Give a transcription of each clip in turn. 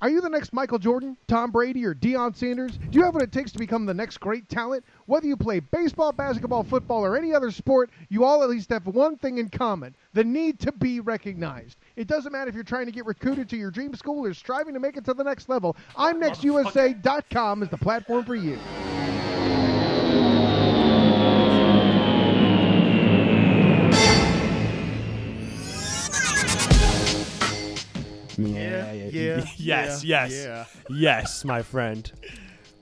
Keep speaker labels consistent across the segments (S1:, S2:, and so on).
S1: Are you the next Michael Jordan, Tom Brady, or Deion Sanders? Do you have what it takes to become the next great talent? Whether you play baseball, basketball, football, or any other sport, you all at least have one thing in common the need to be recognized. It doesn't matter if you're trying to get recruited to your dream school or striving to make it to the next level. I'mNextUSA.com is the platform for you.
S2: Yeah,
S3: yeah,
S2: yes,
S3: yeah,
S2: yes,
S3: yeah.
S2: yes, my friend.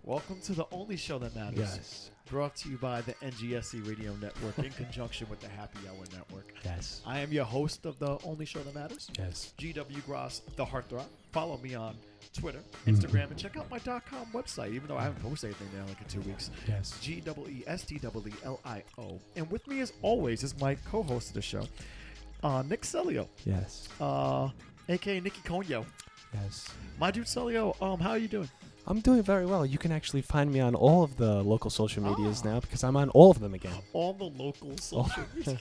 S3: Welcome to the only show that matters.
S2: Yes.
S3: Brought to you by the NGSC E Radio Network in conjunction with the Happy Hour Network.
S2: Yes,
S3: I am your host of the only show that matters,
S2: yes.
S3: GW Gross, the Heartthrob. Follow me on Twitter, Instagram, and check out my .com website. Even though I haven't posted anything now like in two weeks.
S2: Yes.
S3: G W E S T W E L I O. And with me, as always, is my co-host of the show, uh, Nick Celio,
S2: Yes,
S3: uh, aka Nicky Conyo.
S2: yes.
S3: My dude Celio, um, how are you doing?
S2: I'm doing very well. You can actually find me on all of the local social medias
S3: Ah.
S2: now because I'm on all of them again.
S3: All the local social media.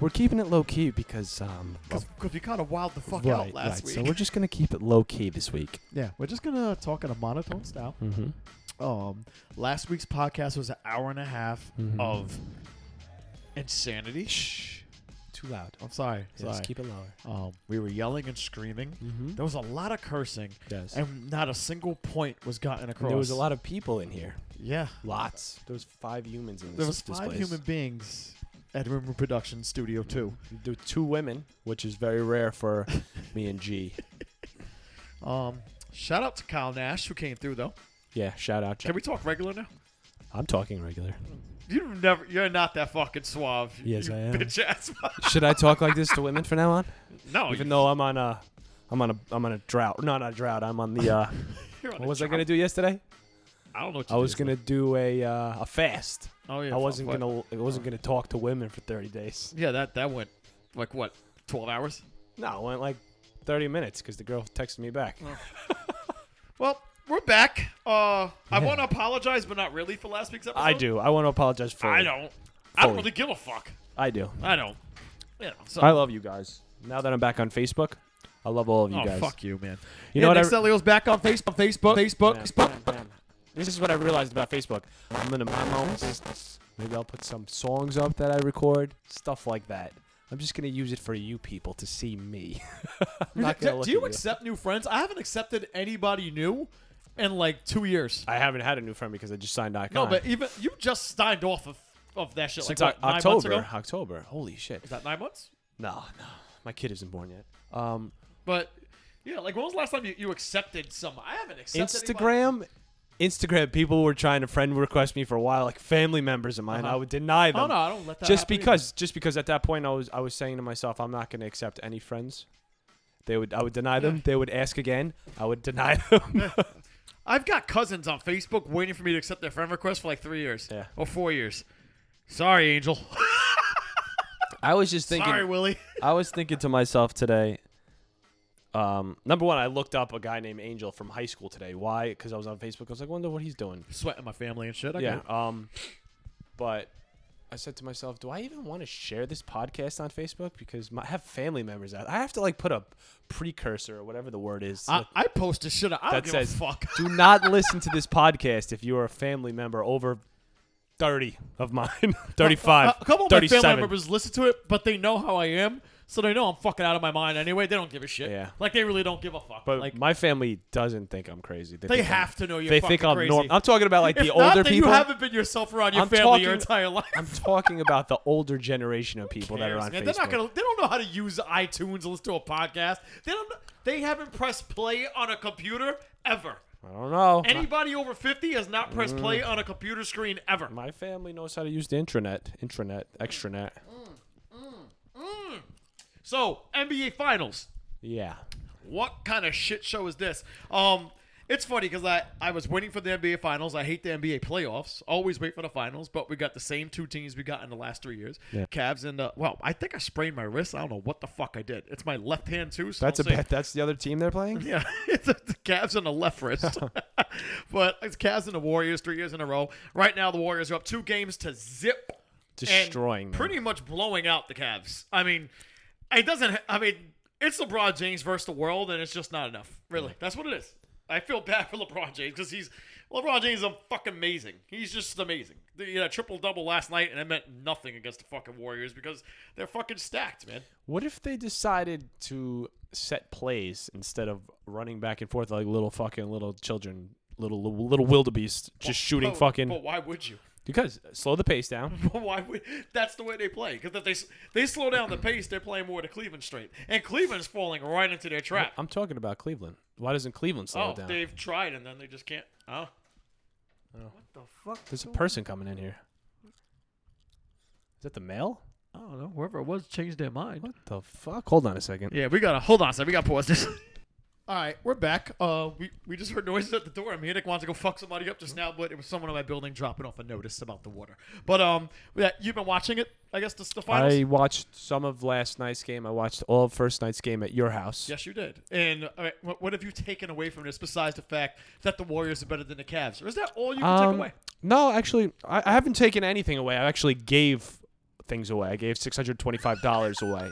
S2: We're keeping it low key because um
S3: Because we kind of wild the fuck
S2: right,
S3: out
S2: right.
S3: last week.
S2: So we're just gonna keep it low key this week.
S3: yeah, we're just gonna talk in a monotone style.
S2: Mm-hmm.
S3: Um, last week's podcast was an hour and a half
S2: Mhm.
S3: of insanity.
S2: Shh, too loud.
S3: I'm sorry,
S2: Yes,
S3: sorry.
S2: keep it lower.
S3: um, we were yelling and screaming.
S2: Mm-hmm.
S3: There was a lot of cursing,
S2: Yes. And
S3: and not a single point was gotten across.
S2: there was a lot of people in here.
S3: Yeah,
S2: Lots. There was five humans in this.
S3: there was
S2: this
S3: five
S2: place.
S3: human beings at Rumor Production Studio Two.
S2: There were two women, which is very rare for me and G.
S3: Um, shout out to Kyle Nash who came through though.
S2: Yeah, shout out.
S3: Can we talk regular now?
S2: I'm talking regular.
S3: You never. You're not that fucking suave.
S2: Yes,
S3: you
S2: I am.
S3: Bitch ass.
S2: Should I talk like this to women from now on?
S3: no,
S2: Even
S3: Oh, you-
S2: though I'm on a, I'm on a, I'm on a drought. No, not a drought. I'm on the. Uh,
S3: you're on
S2: what
S3: a
S2: was I
S3: job.
S2: gonna do yesterday?
S3: I don't know. What
S2: I
S3: you
S2: was
S3: did.
S2: gonna do a uh, a fast.
S3: Oh yeah.
S2: I wasn't
S3: fuck,
S2: gonna. I wasn't gonna talk to women for 30 days.
S3: Yeah, that that went like what, twelve hours?
S2: No, it went like 30 minutes because the girl texted me back.
S3: Oh, Well, we're back. Uh, I
S2: Yeah.
S3: want to apologize, but not really for last week's episode.
S2: I do. I want to apologize for.
S3: I don't. I don't
S2: Fully.
S3: really give a fuck.
S2: I do.
S3: I don't. Yeah. So.
S2: I love you guys. Now that I'm back on Facebook, I love all of you
S3: oh
S2: guys.
S3: fuck you, man.
S2: You
S3: yeah,
S2: know what I-
S3: Nick Celio's back on Facebook. Facebook. Facebook. Facebook.
S2: This is what I realized about Facebook. I'm in a my moments. Maybe I'll put some songs up that I record, stuff like that. I'm just gonna use it for you people to see me. I'm not gonna
S3: Do,
S2: look
S3: do you
S2: at
S3: accept new friends? I haven't accepted anybody new in like two years.
S2: I haven't had a new friend because I just signed Icon.
S3: No, but even you just signed off of, of that shit
S2: since
S3: like what,
S2: Oc-
S3: nine months
S2: October,
S3: ago.
S2: October. Holy shit!
S3: Is that nine months?
S2: No, no, my kid isn't born yet. Um,
S3: But yeah, like when was the last time you, you accepted some? I haven't accepted anybody.
S2: Instagram. Instagram people were trying to friend request me for a while, like family members of mine.
S3: Uh-huh.
S2: I would deny them.
S3: Oh no, I don't let that.
S2: just
S3: happen either.
S2: because just because at that point I was I was saying to myself I'm not going to accept any friends. They would I would deny them. They would ask again. I would deny them.
S3: I've got cousins on Facebook waiting for me to accept their friend request for like three years.
S2: Yeah.
S3: Or four years. Sorry, Angel.
S2: I was just thinking
S3: Sorry, Willie.
S2: I was thinking to myself today um, number one, I looked up a guy named Angel from high school today. Why? Because I was on Facebook. I was like, wonder what he's doing.
S3: Sweating my family and shit. I
S2: yeah.
S3: get it.
S2: Um, but I said to myself, do I even want to share this podcast on Facebook? Because my, I have family members out. I have to like put a precursor or whatever the word is.
S3: I, I post this shit. I don't
S2: that
S3: give
S2: says
S3: a fuck.
S2: do not listen to this podcast if you are a family member over 30 of mine 35
S3: a couple of my family
S2: 37
S3: members listen to it, but they know how I am, so they know I'm fucking out of my mind anyway. They don't give a shit.
S2: Yeah.
S3: Like they really don't give a fuck.
S2: but
S3: like
S2: my family doesn't think i'm crazy
S3: they
S2: think I'm-
S3: have to know you're.
S2: they
S3: fucking
S2: think i'm
S3: crazy.
S2: norm- i'm talking about like
S3: If
S2: the
S3: not,
S2: older
S3: then
S2: people
S3: You haven't been yourself around your
S2: I'm
S3: family your
S2: talking-
S3: entire life.
S2: i'm talking about the older generation of people that are
S3: cares,
S2: on
S3: man?
S2: facebook
S3: They're not gonna. They don't know how to use iTunes or listen to a podcast. They don't. They haven't pressed play on a computer ever.
S2: i don't know My-
S3: Anybody over fifty has not pressed play on a computer screen ever.
S2: Mm. my family knows how to use the intranet intranet extranet
S3: So NBA Finals.
S2: yeah
S3: What kind of shit show is this? Um, it's funny because I I was waiting for the NBA Finals. I hate the NBA playoffs. Always wait for the finals, but we got the same two teams we got in the last three years.
S2: Yeah.
S3: Cavs and uh, well, I think I sprained my wrist. I don't know what the fuck I did. It's my left hand too. So
S2: that's a
S3: don't say-
S2: bet that's the other team they're playing
S3: Yeah, it's the Cavs and the left wrist. but it's Cavs and the Warriors three years in a row. Right now, the Warriors are up two games to zip, and
S2: destroying them.
S3: pretty much blowing out the Cavs. I mean, it doesn't. I mean, it's LeBron James versus the world, and it's just not enough. Really, that's what it is. I feel bad for LeBron James because he's LeBron James is fucking amazing. He's just amazing. The, you know, triple double last night, and it meant nothing against the fucking Warriors because they're fucking stacked, man.
S2: What if they decided to set plays instead of running back and forth like little fucking little children, little little, little wildebeest just shooting
S3: But-
S2: fucking
S3: But why would you?
S2: because slow the pace down.
S3: But why would? That's the way they play. Because if they s- they slow down the pace, they're playing more to Cleveland straight, and Cleveland's falling right into their trap.
S2: I'm talking about Cleveland. Why doesn't Cleveland slow
S3: Oh,
S2: it down?
S3: they've tried, and then they just can't. Oh, what the fuck?
S2: There's a person coming in here. Is that the mail?
S3: I don't know. Whoever it was changed their mind.
S2: What the fuck? Hold on a second.
S3: Yeah, we gotta hold on a second. We gotta pause this. All right, we're back. Uh, we, we just heard noises at the door. I mean, Nick wants to go fuck somebody up just now, but it was someone in my building dropping off a notice about the water. But um, yeah, you've been watching it, I guess, the, the finals.
S2: I watched some of last night's game. I watched all of first night's game at your house.
S3: Yes, you did. And all right, what, what have you taken away from this besides the fact that the Warriors are better than the Cavs? Or is that all you can take
S2: Um,
S3: away?
S2: No, actually, I, I haven't taken anything away. I actually gave things away. I gave six hundred twenty-five dollars away.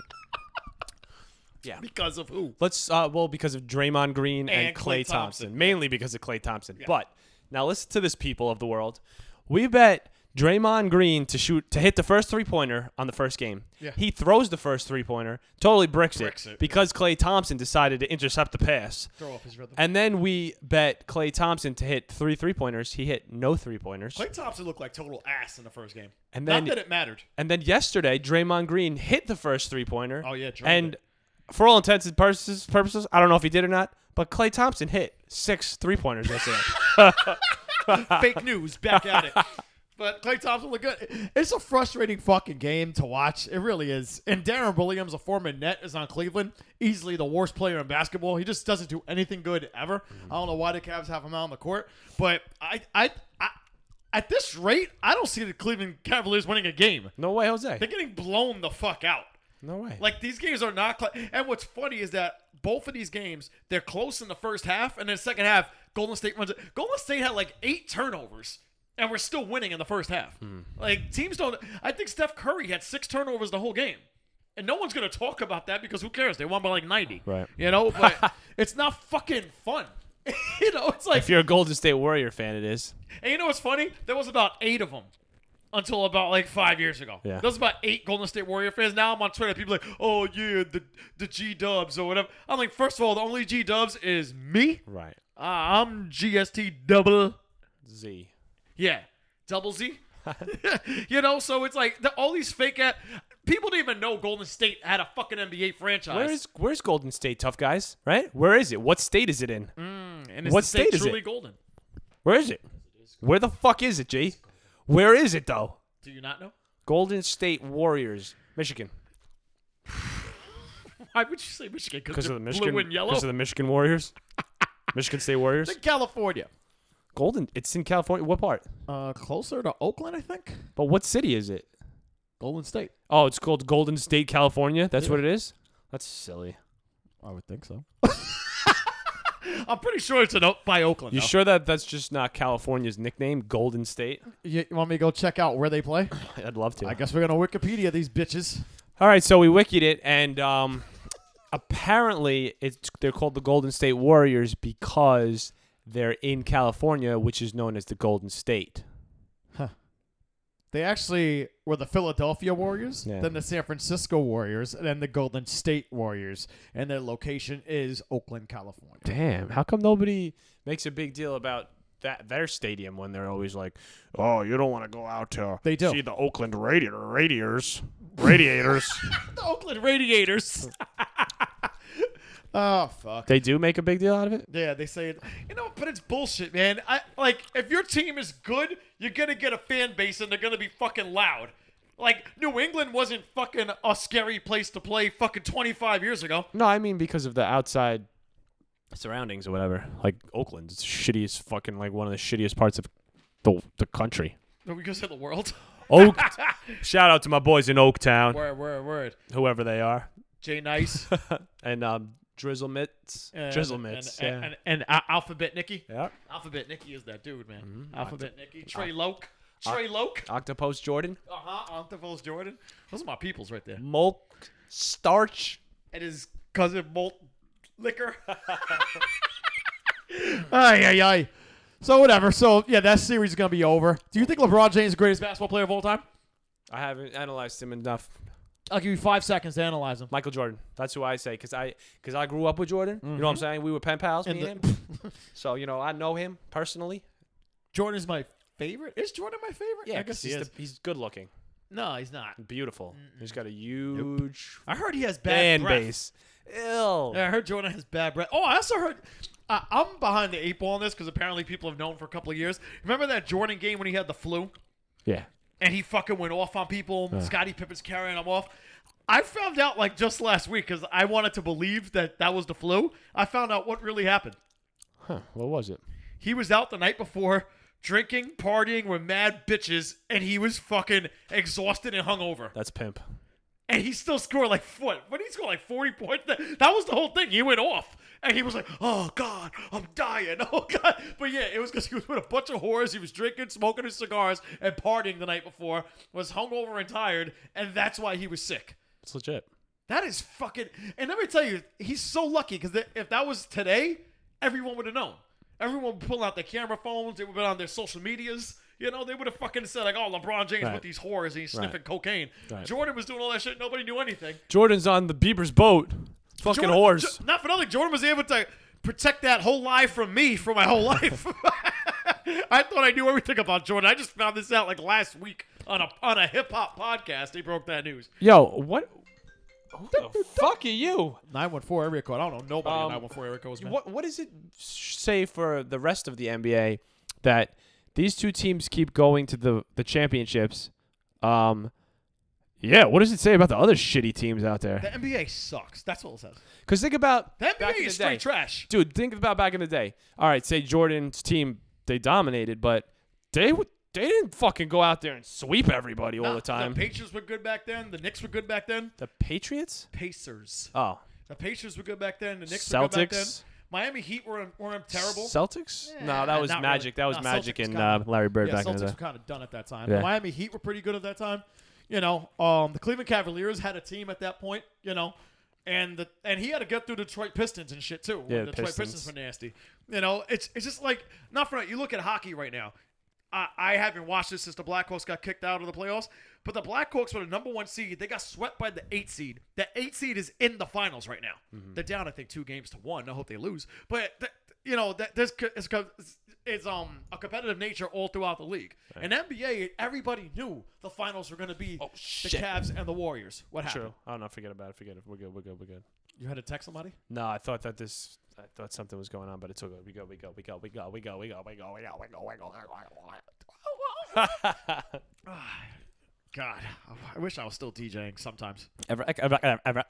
S3: Because of who?
S2: Let's uh, well because of Draymond Green and,
S3: And
S2: Clay
S3: Klay
S2: Thompson.
S3: Thompson.
S2: mainly because of Clay Thompson. But now listen to this, people of the world. We bet Draymond Green to shoot to hit the first three pointer on the first game.
S3: Yeah.
S2: He throws the first three pointer, totally bricks,
S3: Bricks it.
S2: because Clay Thompson decided to intercept the pass.
S3: Throw off his rhythm.
S2: And then we bet Clay Thompson to hit three three pointers. He hit no three pointers.
S3: Clay Thompson looked like total ass in the first game.
S2: And then-
S3: Not that it mattered.
S2: And then yesterday, Draymond Green hit the first three pointer.
S3: Oh, yeah, Draymond.
S2: and for all intents and purposes, purposes, I don't know if he did or not, but Clay Thompson hit six three pointers yesterday.
S3: fake news back at it. But Clay Thompson looked good. It's a frustrating fucking game to watch. It really is. And Darren Williams, a former net, is on Cleveland. Easily the worst player in basketball. He just doesn't do anything good ever.
S2: Mm-hmm.
S3: I don't know why the Cavs have him out on the court. But I, I, I, at this rate, I don't see the Cleveland Cavaliers winning a game.
S2: no way, Jose.
S3: They're getting blown the fuck out.
S2: No way.
S3: Like these games are not. Cl- and what's funny is that both of these games they're close in the first half, and then second half Golden State runs. it. Golden State had like eight turnovers, and we're still winning in the first half. Like teams don't. I think Steph Curry had six turnovers the whole game. And no one's gonna talk about that because who cares? They won by like ninety,
S2: Right.
S3: You know, but it's not fucking fun. you know, it's like
S2: if you're a Golden State Warrior fan, it is.
S3: and you know what's funny? There was about eight of them until about like five years ago.
S2: Yeah.
S3: There was about eight Golden State Warrior fans. Now I'm on Twitter. People are like, oh yeah, the the G Dubs or whatever. I'm like, first of all, the only G Dubs is me.
S2: Right.
S3: Uh, I'm GST double.
S2: Z.
S3: Yeah, double Z. you know, so it's like the, all these fake at people didn't even know Golden State had a fucking NBA franchise.
S2: Where is where's Golden State, tough guys? Right? Where is it? What state is it in?
S3: Mm. and is
S2: what
S3: the
S2: state is it?
S3: truly golden?
S2: Where is it? Where the fuck is it, G? Where is it though?
S3: Do you not know?
S2: Golden State Warriors, Michigan.
S3: Why would you say Michigan?
S2: Because of
S3: they're
S2: the Michigan
S3: blue and yellow.
S2: Because of the Michigan Warriors. Michigan State Warriors.
S3: It's in California.
S2: Golden. It's in California. What part?
S3: Uh, closer to Oakland, I think.
S2: But what city is it?
S3: Golden State.
S2: Oh, it's called Golden State, California. That's what it is. That's silly.
S3: I would think so. I'm pretty sure it's an o- by Oakland.
S2: You
S3: though.
S2: sure that that's just not California's nickname, Golden State?
S3: You- you want me to go check out where they play?
S2: I'd love to.
S3: I guess we're gonna Wikipedia these bitches.
S2: All right, so we wikied it, and um, apparently it's they're called the Golden State Warriors because they're in California, which is known as the Golden State.
S3: They actually were the Philadelphia Warriors,
S2: Yeah.
S3: then the San Francisco Warriors, and then the Golden State Warriors, and their location is Oakland, California.
S2: Damn, how come nobody makes a big deal about that their stadium when they're always like,
S4: Oh, you don't want to go out to
S3: They do.
S4: see the Oakland Radiator Radiators. Radiators.
S3: The Oakland Radiators. oh fuck.
S2: they do make a big deal out of it?
S3: Yeah, they say it. You know, but it's bullshit, man. I like if your team is good, you're gonna get a fan base, and they're gonna be fucking loud. Like New England wasn't fucking a scary place to play fucking 25 years ago.
S2: No, I mean because of the outside surroundings or whatever. Like Oakland, it's shittiest fucking like one of the shittiest parts of the the country.
S3: No, we just hit the world.
S2: Oak. Shout out to my boys in Oaktown,
S3: Word, word, word.
S2: whoever they are,
S3: Jay Nice,
S2: and um, Drizzle Mitts,
S3: Uh, and,
S2: Drizzle Mitts,
S3: and,
S2: yeah.
S3: and, and, Al- Alphabet Nicky.
S2: yeah. Mm-hmm.
S3: Alphabet Nicky is that dude, man. Alphabet Nicky, Trey Loke, Trey Loke.
S2: Octopus Jordan,
S3: Uh huh. Antivos Jordan. Those are my peoples right there.
S2: Mulk, Starch,
S3: It is cousin malt liquor. ay, ay, ay. So whatever. So yeah, that series is gonna be over. Do you think LeBron James is the greatest basketball player of all time?
S2: I haven't analyzed him enough.
S3: I'll give you five seconds to analyze him.
S2: Michael Jordan. That's who I say because I because I grew up with Jordan. You know what I'm saying? We were pen pals, me
S3: Mm-hmm. And
S2: and him. so you know I know him personally.
S3: Jordan's my favorite. Is Jordan my favorite?
S2: Yeah,
S3: I guess
S2: 'cause
S3: he
S2: he's
S3: is.
S2: the, he's good looking,
S3: no, he's not.
S2: beautiful. He's got a huge
S3: I heard he has bad
S2: fan
S3: breath.
S2: base. Ill.
S3: Yeah, I heard Jordan has bad breath. Oh, I also heard. Uh, I'm behind the eight ball on this because apparently people have known for a couple of years. Remember that Jordan game when he had the flu
S2: Yeah.
S3: and he fucking went off on people? Scottie Pippen's carrying him off. I found out like just last week because I wanted to believe that that was the flu. I found out what really happened.
S2: Huh. What was it?
S3: He was out the night before drinking, partying with mad bitches, and he was fucking exhausted and hungover.
S2: That's pimp.
S3: and he still scored like what? What did he score like forty points? That, that was the whole thing. He went off, and he was like, "Oh God, I'm dying. Oh God!" But yeah, it was because he was with a bunch of whores. He was drinking, smoking his cigars, and partying the night before. Was hungover and tired, and that's why he was sick.
S2: It's legit.
S3: That is fucking. And let me tell you, he's so lucky because if that was today, everyone would have known. Everyone would pull out their camera phones. They would have been on their social medias. You know, they would have fucking said like, "Oh, LeBron James
S2: Right.
S3: with these whores and he's
S2: Right.
S3: sniffing cocaine."
S2: Right.
S3: Jordan was doing all that shit. Nobody knew anything.
S2: Jordan's on the Bieber's boat. Fucking
S3: Jordan-
S2: horse.
S3: Jo- not for nothing. Jordan was able to protect that whole lie from me for my whole life. I thought I knew everything about Jordan. I just found this out like last week on a on a hip hop podcast. They broke that news.
S2: Yo, what? Who the fuck are you?
S3: Nine one four area code. I don't know nobody
S2: Um,
S3: nine one four area codes. man.
S2: What What does it say for the rest of the NBA that these two teams keep going to the the championships? Um, yeah. What does it say about the other shitty teams out
S3: The
S2: there?
S3: NBA sucks. That's what it says.
S2: Because think about
S3: The
S2: back in
S3: NBA
S2: the
S3: is straight
S2: day.
S3: trash.
S2: dude. Think about back in the day. All right, say Jordan's team they dominated, but they w- they didn't fucking go out there and sweep everybody all
S3: Nah,
S2: the time.
S3: The Patriots were good back then. The Knicks were good back then.
S2: the Patriots?
S3: Pacers.
S2: Oh,
S3: The Pacers were good back then. The Knicks were good back then.
S2: Celtics?
S3: Miami Heat were were terrible.
S2: Celtics? no,
S3: Eh,
S2: that was
S3: not
S2: Magic.
S3: really.
S2: That was
S3: No,
S2: Magic
S3: Celtics
S2: and uh,
S3: kinda-
S2: Larry Bird
S3: yeah,
S2: back
S3: Celtics
S2: in the
S3: were
S2: day.
S3: kind of done at that time.
S2: Yeah.
S3: The Miami Heat were pretty good at that time. You know, um, the Cleveland Cavaliers had a team at that point. You know, and the and he had to get through Detroit Pistons and shit too. when
S2: Yeah,
S3: the Detroit
S2: Pistons.
S3: Pistons were nasty. You know, it's it's just like not for nothing. You look at hockey right now. I, I haven't watched this since the Blackhawks got kicked out of the playoffs, but the Blackhawks were the number one seed. They got swept by the eight seed. The eight seed is in the finals right now. They're down, I think, two games to one. I hope they lose, but th- you know that this co- is co- it's um a competitive nature all throughout the league. In NBA, everybody knew the finals were going to be the
S2: shit.
S3: Cavs and the Warriors. What happened?
S2: True. Oh no, forget about it. Forget it. We're good. We're good. We're good.
S3: You had to text somebody.
S2: No, I thought that this. I thought something was going on, but it's all good. We go. We go. We go. We go. We go. We go. We go. We go. We go. We go. We go.
S3: God, I wish I was still DJing sometimes.
S2: ever, ever, ever, ever.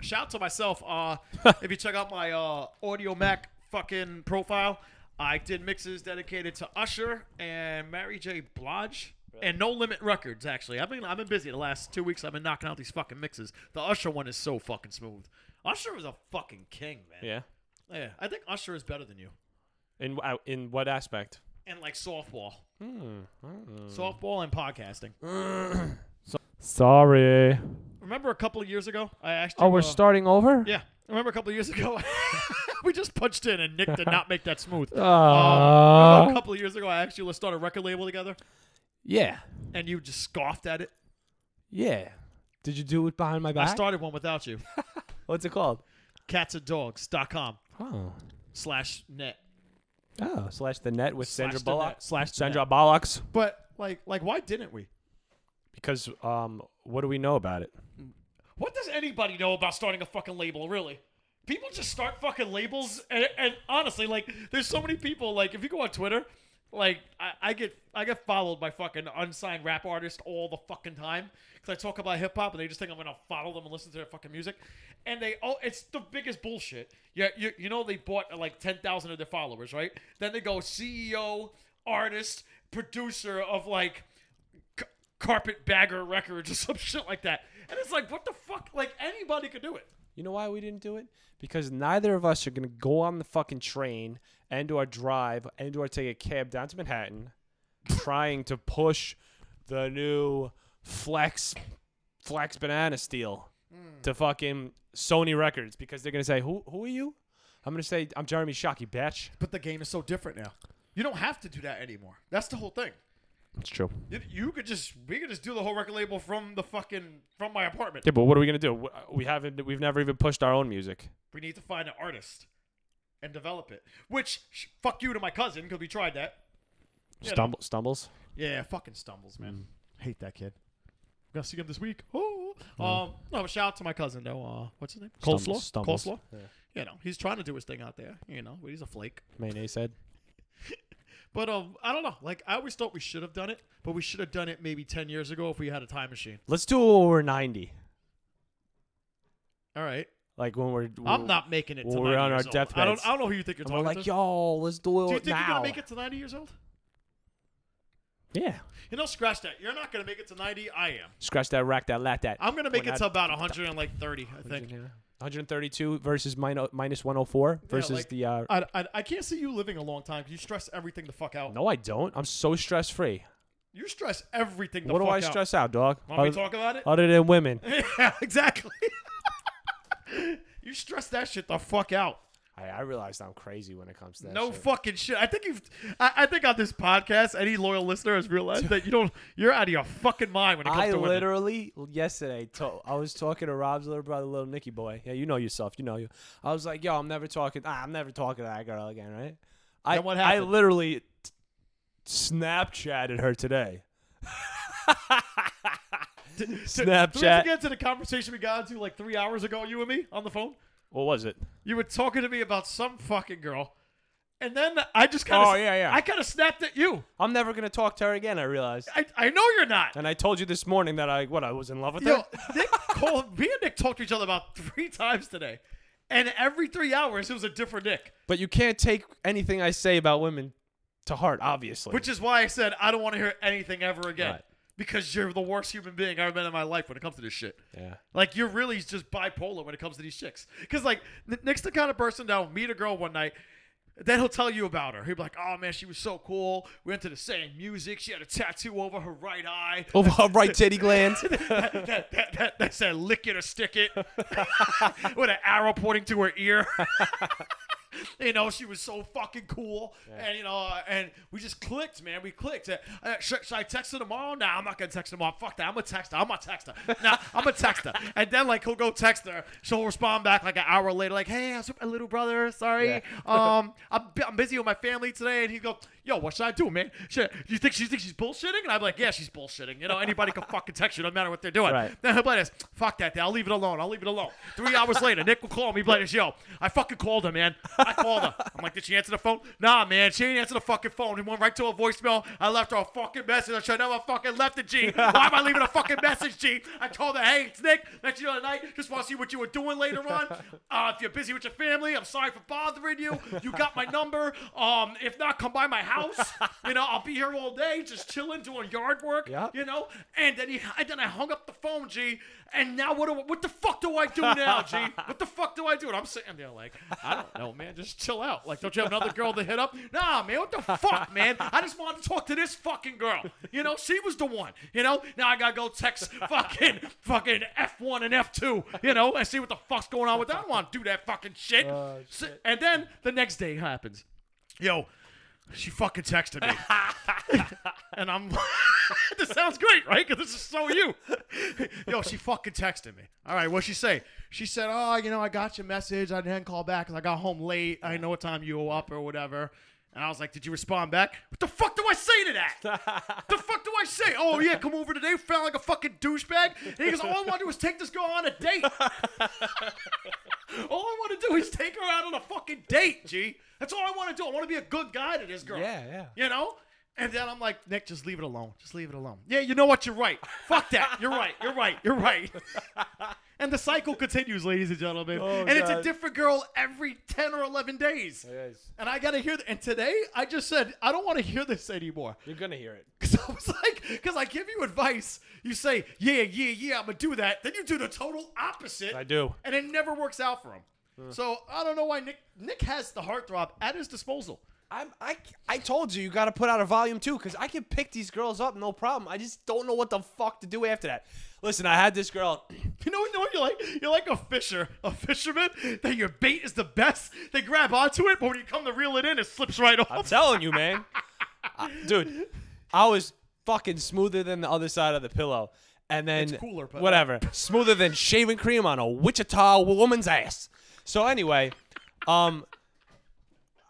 S3: shout to myself. Uh, if you check out my uh, Audio Mac fucking profile, I did mixes dedicated to Usher and Mary J. Blige and No Limit Records. Actually, I've been I've been busy the last two weeks. I've been knocking out these fucking mixes. The Usher one is so fucking smooth. Usher is a fucking king, man.
S2: Yeah.
S3: Yeah, I think Usher is better than you.
S2: In uh, in what aspect?
S3: And like softball,
S2: Hmm,
S3: softball and podcasting.
S2: Sorry.
S3: Remember a couple of years ago, I asked. You,
S2: Oh, we're
S3: uh,
S2: starting over.
S3: Yeah, remember a couple of years ago, we just punched in and Nick did not make that smooth. Um, remember a
S2: Uh,
S3: couple of years ago, I asked you let's start a record label together,
S2: yeah.
S3: and you just scoffed at it.
S2: Yeah. Did you do it behind my
S3: I
S2: back?
S3: started one without you.
S2: What's it called?
S3: Catsanddogs.com
S2: Oh.
S3: slash net.
S2: Oh, slash the net with
S3: Slash
S2: Sandra
S3: the
S2: Bullock.
S3: net, slash the
S2: Sandra Bullock's.
S3: But like, like, why didn't we?
S2: Because um, what do we know about it?
S3: What does anybody know about starting a fucking label, really? People just start fucking labels, and, and honestly, like, there's so many people. Like, if you go on Twitter, like, I, I get I get followed by fucking unsigned rap artists all the fucking time because I talk about hip hop, and they just think I'm gonna follow them and listen to their fucking music, and they oh, it's the biggest bullshit. Yeah, you, you know they bought uh, like ten thousand of their followers, right? Then they go CEO, artist, producer of like c- carpet bagger records or some shit like that. And it's like, what the fuck? Like anybody could do it.
S2: You know why we didn't do it? Because neither of us are gonna go on the fucking train and or drive and or take a cab down to Manhattan, trying to push the new flex flex banana steel.
S3: Hmm.
S2: to fucking Sony Records because they're gonna say, "Who who are you?" I'm gonna say, "I'm Jeremy Shockey, bitch."
S3: But the game is so different now. You don't have to do that anymore. That's the whole thing.
S2: That's true.
S3: You, you could just we could just do the whole record label from the fucking from my apartment.
S2: Yeah, but what are we gonna do? W- uh, We haven't. We've never even pushed our own music.
S3: We need to find an artist and develop it. Which sh- fuck you to my cousin because we tried that. You know.
S2: Stumble, stumbles.
S3: Yeah, fucking stumbles, man. Mm. Hate that kid. I'm gonna see him this week. Oh, um, no, but shout out to my cousin though. Uh, what's his name?
S2: Stumbles-
S3: Coleslaw.
S2: stumbles.
S3: Coleslaw.
S2: Yeah.
S3: You know, he's trying to do his thing out there. You know, but he's a flake.
S2: Mayonnaise said.
S3: But um, I don't know. Like I always thought we should have done it, but we should have done it maybe ten years ago if we had a time machine.
S2: Let's do it when we're 90.
S3: All right,
S2: Like when we're.
S3: I'm not making it. To
S2: well, we're
S3: 90
S2: on our
S3: years old.
S2: deathbeds.
S3: I don't. I don't know who you think you're
S2: And we're
S3: talking
S2: like,
S3: to.
S2: yo, let's do it
S3: Do you think
S2: now.
S3: you're gonna make it to 90 years old?
S2: Yeah.
S3: You know, scratch that. You're not gonna make it to 90. I am.
S2: Scratch that, rack that, lat that.
S3: I'm gonna make
S2: Well,
S3: it to about 100 and like 30. I think.
S2: 132 versus min- minus 104 versus
S3: like-
S2: the. Uh,
S3: I, I, I can't see you living a long time 'cause you stress everything the fuck out.
S2: no, I don't. I'm so stress free.
S3: You stress everything the
S2: What do
S3: fuck
S2: I
S3: out.
S2: stress Uh, out, dog?
S3: Want me to
S2: Other-
S3: talk about it?
S2: other than women.
S3: yeah, exactly. you stress that shit the fuck out.
S2: I, I realized I'm crazy when it comes to that.
S3: no
S2: shit.
S3: fucking shit. I think you've. I, I think on this podcast, any loyal listener has realized that you don't. You're out of your fucking mind when it comes
S2: I
S3: to women.
S2: literally yesterday to- I was talking to Rob's little brother, little Nicky boy. Yeah, you know yourself. You know you. I was like, yo, I'm never talking. Ah, I'm never talking to that girl again, right? I
S3: Then what
S2: I
S3: happened?
S2: literally t- Snapchatted her today.
S3: Do we have to
S2: Snapchat.
S3: get to the conversation we got into like three hours ago, you and me on the phone?
S2: What was it?
S3: You were talking to me about some fucking girl, and then I just kind of.
S2: Oh, yeah, yeah.
S3: I kind of snapped at you.
S2: I'm never gonna talk to her again. I realized.
S3: I, I know you're not.
S2: And I told you this morning that I what I was in love with
S3: Yo,
S2: her.
S3: Nick, Cole, me and Nick talked to each other about three times today, and every three hours it was a different Nick,
S2: But you can't take anything I say about women to heart, obviously.
S3: which is why I said I don't want to hear anything ever again
S2: Right.
S3: because you're the worst human being I've ever met in my life when it comes to this shit.
S2: yeah.
S3: Like you're really just bipolar when it comes to these chicks. Cause like N- Nick's the kind of person that'll meet a girl one night, then he'll tell you about her. He'll be like, "Oh man, she was so cool. We went to the same music. She had a tattoo over her right eye.
S2: Over her right titty gland.
S3: that, that, that, that, that said, lick it or stick it, with an arrow pointing to her ear." You know, she was so fucking cool, and you know, uh, and we just clicked, man. We clicked. Uh, uh, sh- should I text her tomorrow? Nah, I'm not gonna text her tomorrow. Fuck that. I'm gonna text her. I'm gonna text her. Nah, I'm gonna text her. And then like he'll go text her. She'll respond back like an hour later, like, "Hey, I was with my little brother. Sorry, um, I'm, bu- I'm busy with my family today." And he go, "Yo, what should I do, man? Should, you think she thinks she's bullshitting?" And I'm like, "Yeah, she's bullshitting. You know, anybody can fucking text you, no matter what they're doing."
S2: Right.
S3: Then he'll be like, fuck that. I'll leave it alone. I'll leave it alone. Three hours later, Nick will call me. Be like, yo, I fucking called her, man. I called her. I'm like, did she answer the phone? Nah, man. She ain't answer the fucking phone. He went right to her voicemail. I left her a fucking message. I should never fucking left it, G. Why am I leaving a fucking message, G? I told her, hey, it's Nick. Met you the other night. Just want to see what you were doing later on. Uh, if you're busy with your family, I'm sorry for bothering you. You got my number. Um, if not, come by my house. You know, I'll be here all day, just chilling, doing yard work.
S2: Yeah.
S3: You know, and then he, and then I hung up the phone, G. And now what? Do, what the fuck do I do now, G? What the fuck do I do? And I'm sitting there like, I don't know, man. Just chill out. Like, don't you have another girl to hit up? Nah, man. What the fuck, man? I just wanted to talk to this fucking girl. You know, she was the one. You know, now I gotta go text fucking fucking F1 and F2. You know, and see what the fuck's going on with that. I don't want to do that fucking shit. S- And then the next day happens. Yo, she fucking texted me. and I'm this sounds great, right? Because this is so you. Yo, she fucking texted me. All right, what'd she say? She said, Oh, you know, I got your message. I didn't call back because I got home late. I didn't know what time you were up or whatever. And I was like, Did you respond back? What the fuck do I say to that? the fuck do I say? Oh, yeah, come over today. Found like a fucking douchebag. And he goes, All I want to do is take this girl on a date. all I want to do is take her out on a fucking date, G. That's all I want to do. I want to be a good guy to this girl.
S2: Yeah, yeah.
S3: You know? And then I'm like, Nick, just leave it alone. Just leave it alone. Yeah, you know what? You're right. Fuck that. You're right. You're right. You're right. and the cycle continues, ladies and gentlemen. and it's a
S2: Oh, God.
S3: different girl every 10 or 11 days. And I got to hear that. And today, I just said, I don't want to hear this anymore.
S2: You're gonna hear it.
S3: Because I was like, because I give you advice. You say, yeah, yeah, yeah, I'm going to do that. Then you do the total opposite.
S2: I do.
S3: And it never works out for him. So I don't know why Nick Nick has the heartthrob at his disposal.
S2: I'm, I, I told you, you got to put out a volume two because I can pick these girls up no problem. I just don't know what the fuck to do after that. Listen, I had this girl.
S3: You know what? You know what you're like? You're like a fisher, a fisherman. That your bait is the best. They grab onto it, but when you come to reel it in, it slips right off.
S2: I'm telling you, man. I- dude, I was fucking smoother than the other side of the pillow. And then
S3: It's cooler, but- uh,
S2: whatever. Smoother than shaving cream on a Wichita woman's ass. So anyway, um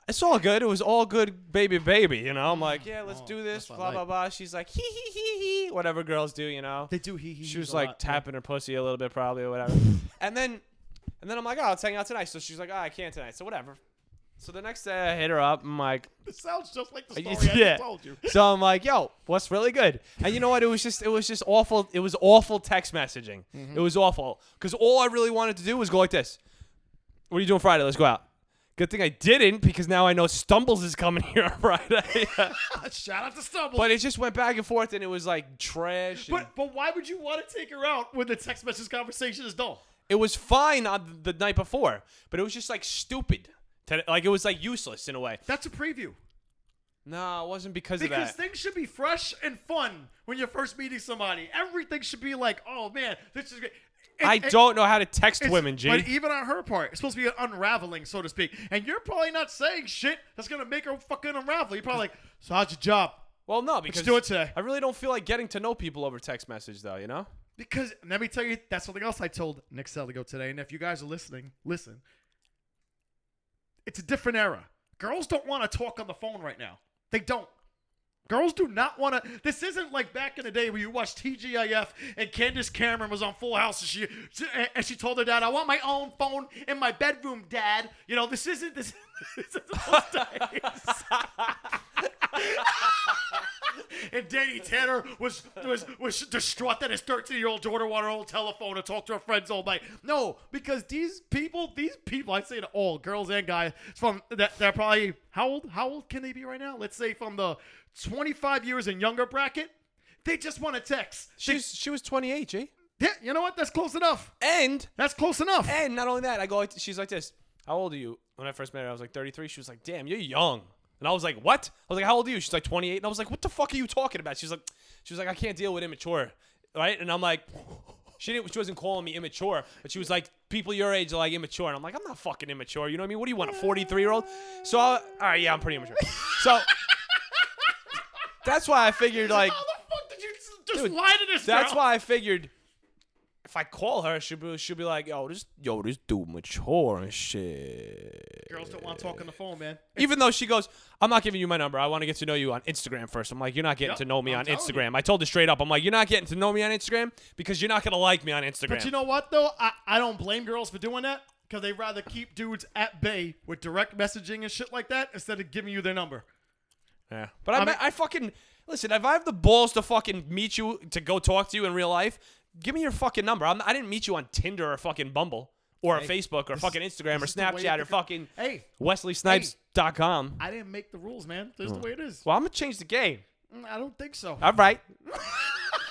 S2: it's all good. It was all good baby baby, you know. I'm like, yeah, let's do this,
S3: Oh, that's what I
S2: blah blah
S3: like.
S2: blah. She's like, hee hee hee hee, whatever girls do, you know
S3: they do. He. he
S2: she was like tapping her pussy a little bit probably or whatever. and then and then I'm like, oh, let's hang out tonight. So she's like, oh, I can't tonight. So whatever. So the next day I hit her up. I'm like,
S3: It sounds just like the story I
S2: yeah.
S3: just told you.
S2: So I'm like, yo, what's really good? And you know what? It was just it was just awful. It was awful text messaging. It was awful because all I really wanted to do was go like this. What are you doing Friday? Let's go out. Good thing I didn't because now I know Stumbles is coming here on Friday.
S3: Shout out to Stumble.
S2: but it just went back and forth and it was like trash. and-
S3: But but why would you want to take her out when the text message conversation is dull?
S2: It was fine on the night before, but it was just like stupid. Today- Like it was like useless in a way.
S3: That's a preview.
S2: No, it wasn't because,
S3: Because
S2: of that.
S3: things should be fresh and fun when you're first meeting somebody. Everything should be like, oh man, this is great. And-
S2: I
S3: and
S2: don't know how to text
S3: it's-
S2: women, G.
S3: But even on her part, it's supposed to be an unraveling, so to speak. And you're probably not saying shit that's gonna make her fucking unravel. You're probably like, so how's your job?
S2: well, no, because
S3: do it today.
S2: I really don't feel like getting to know people over text message, though. You know,
S3: Because let me tell you, that's something else I told Nick Seligo today. And if you guys are listening, listen. It's a different era. Girls don't want to talk on the phone right now. They don't. Girls do not want to. This isn't like back in the day where you watched TGIF and Candace Cameron was on Full House and she and she told her dad, "I want my own phone in my bedroom, Dad." You know, this isn't this. this isn't those days. and Danny Tanner was was was distraught that his 13 year old daughter wanted her own telephone to talk to her friends all night. No, because these people, these people, I say to all girls and guys from that they're probably how old how old can they be right now? Let's say from the 25 years and younger bracket. They just want to text. They-
S2: she's she was 28, G.
S3: yeah, you know what? That's close enough.
S2: And
S3: That's close enough.
S2: and not only that, I go. like- She's like this. How old are you? When I first met her, I was like 33. She was like, damn, you're young. And I was like, what? I was like, how old are you? She's like 28. And I was like, what the fuck are you talking about? She's like, she was like, I can't deal with immature, right? And I'm like. She didn't. She wasn't calling me immature, but she was like, "People your age are like immature," and I'm like, "I'm not fucking immature." You know what I mean? What do you want, a 43 year old? So, I, all right, yeah, I'm pretty immature. So that's why I figured like
S3: how the fuck did you just- just
S2: Dude,
S3: lie to this
S2: that's
S3: girl?
S2: why I figured if I call her, she'll be she'll be like, "Yo, this yo, this dude mature and shit."
S3: girls don't want to talk on the phone, man.
S2: Even though she goes, "I'm not giving you my number. I want to get to know you on Instagram first. I'm like, "You're not getting
S3: Yep,
S2: to know me
S3: I'm
S2: on
S3: telling
S2: Instagram." I told her straight up, "I'm like, you're not getting to know me on Instagram because you're not gonna like me on Instagram."
S3: But you know what though? I, I don't blame girls for doing that because they rather keep dudes at bay with direct messaging and shit like that instead of giving you their number.
S2: yeah. But I,
S3: mean-
S2: ma- I fucking listen. If I have the balls to fucking meet you to go talk to you in real life, give me your fucking number. I'm, I didn't meet you on Tinder or fucking Bumble. Or Facebook, or fucking Instagram, or
S3: this is the way
S2: Snapchat,
S3: to
S2: or
S3: go.
S2: fucking
S3: Hey,
S2: WesleySnipes.com.
S3: I didn't make the rules, man. That's the way it is.
S2: Well, I'm gonna change the game.
S3: Mm, I don't think so.
S2: All right,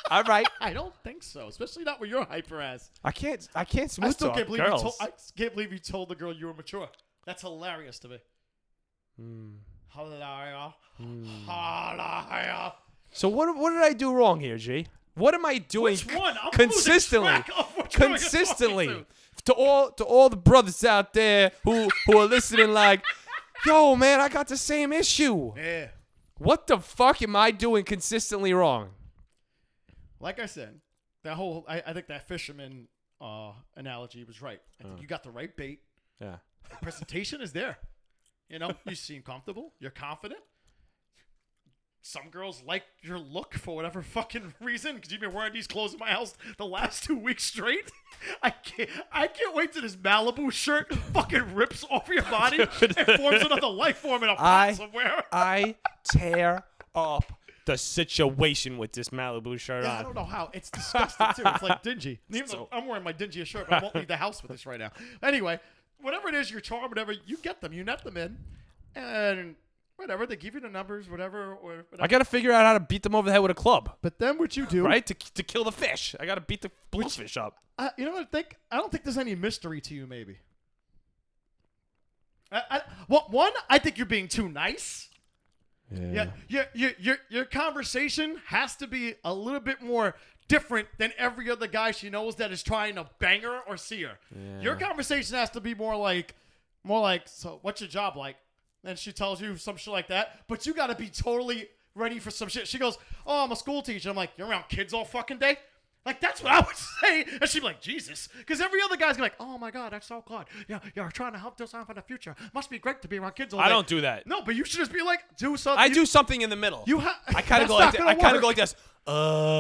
S2: all right.
S3: I don't think so, especially not with your hyper ass.
S2: I can't. I can't smooth
S3: I still
S2: talk
S3: can't believe
S2: girls.
S3: you told. I s- can't believe you told the girl you were mature. That's hilarious to me.
S2: Hmm.
S3: Hilarious. Hilarious.
S2: so what? What did I do wrong here, G? What am I doing
S3: Which one? I'm losing
S2: consistently?
S3: track of which one you're
S2: Consistently
S3: talking
S2: to all to all the brothers out there who who are listening, like, yo, man, I got the same issue.
S3: Yeah.
S2: What the fuck am I doing consistently wrong?
S3: like I said, that whole I, I think that fisherman uh, analogy was right. I
S2: Uh.
S3: think you got the right bait.
S2: Yeah.
S3: The presentation is there. You know, you seem comfortable. You're confident. Some girls like your look for whatever fucking reason because you've been wearing these clothes in my house the last two weeks straight. I can't, I can't wait till this Malibu shirt fucking rips off your body and forms another life form in a pot
S2: I-
S3: somewhere.
S2: I tear up the situation with this Malibu shirt
S3: Yeah, I
S2: on.
S3: don't know how. It's disgusting too. It's like dingy. Even though I'm wearing my dingiest shirt, but I won't leave the house with this right now. Anyway, whatever it is, your charm, whatever, you get them, you net them in, and whatever they give you the numbers, whatever, or whatever.
S2: I gotta figure out how to beat them over the head with a club.
S3: but then what you do,
S2: right? To, to kill the fish. I got to beat the fish up.
S3: I, you know what I think? I don't think there's any mystery to you. Maybe I, I, well, one, I think you're being too nice. Yeah, your, your, your, your conversation has to be a little bit more different than every other guy she knows that is trying to bang her or see her. Your conversation has to be more like, more like, so what's your job like? And she tells you some shit like that, but you got to be totally ready for some shit. She goes, oh, I'm a school teacher. I'm like, you're around kids all fucking day? Like that's what I would say, and she'd be like, "Jesus," because every other guy's gonna be like, "Oh my God, that's so good. Yeah, you're trying to help this out for the future. Must be great to be around kids all
S2: I
S3: day."
S2: don't do that.
S3: No, but you should just be like, do something.
S2: I do something in the middle.
S3: You ha-
S2: I kind of
S3: That's
S2: go
S3: not
S2: like this.
S3: gonna
S2: I kind
S3: work.
S2: of go like this.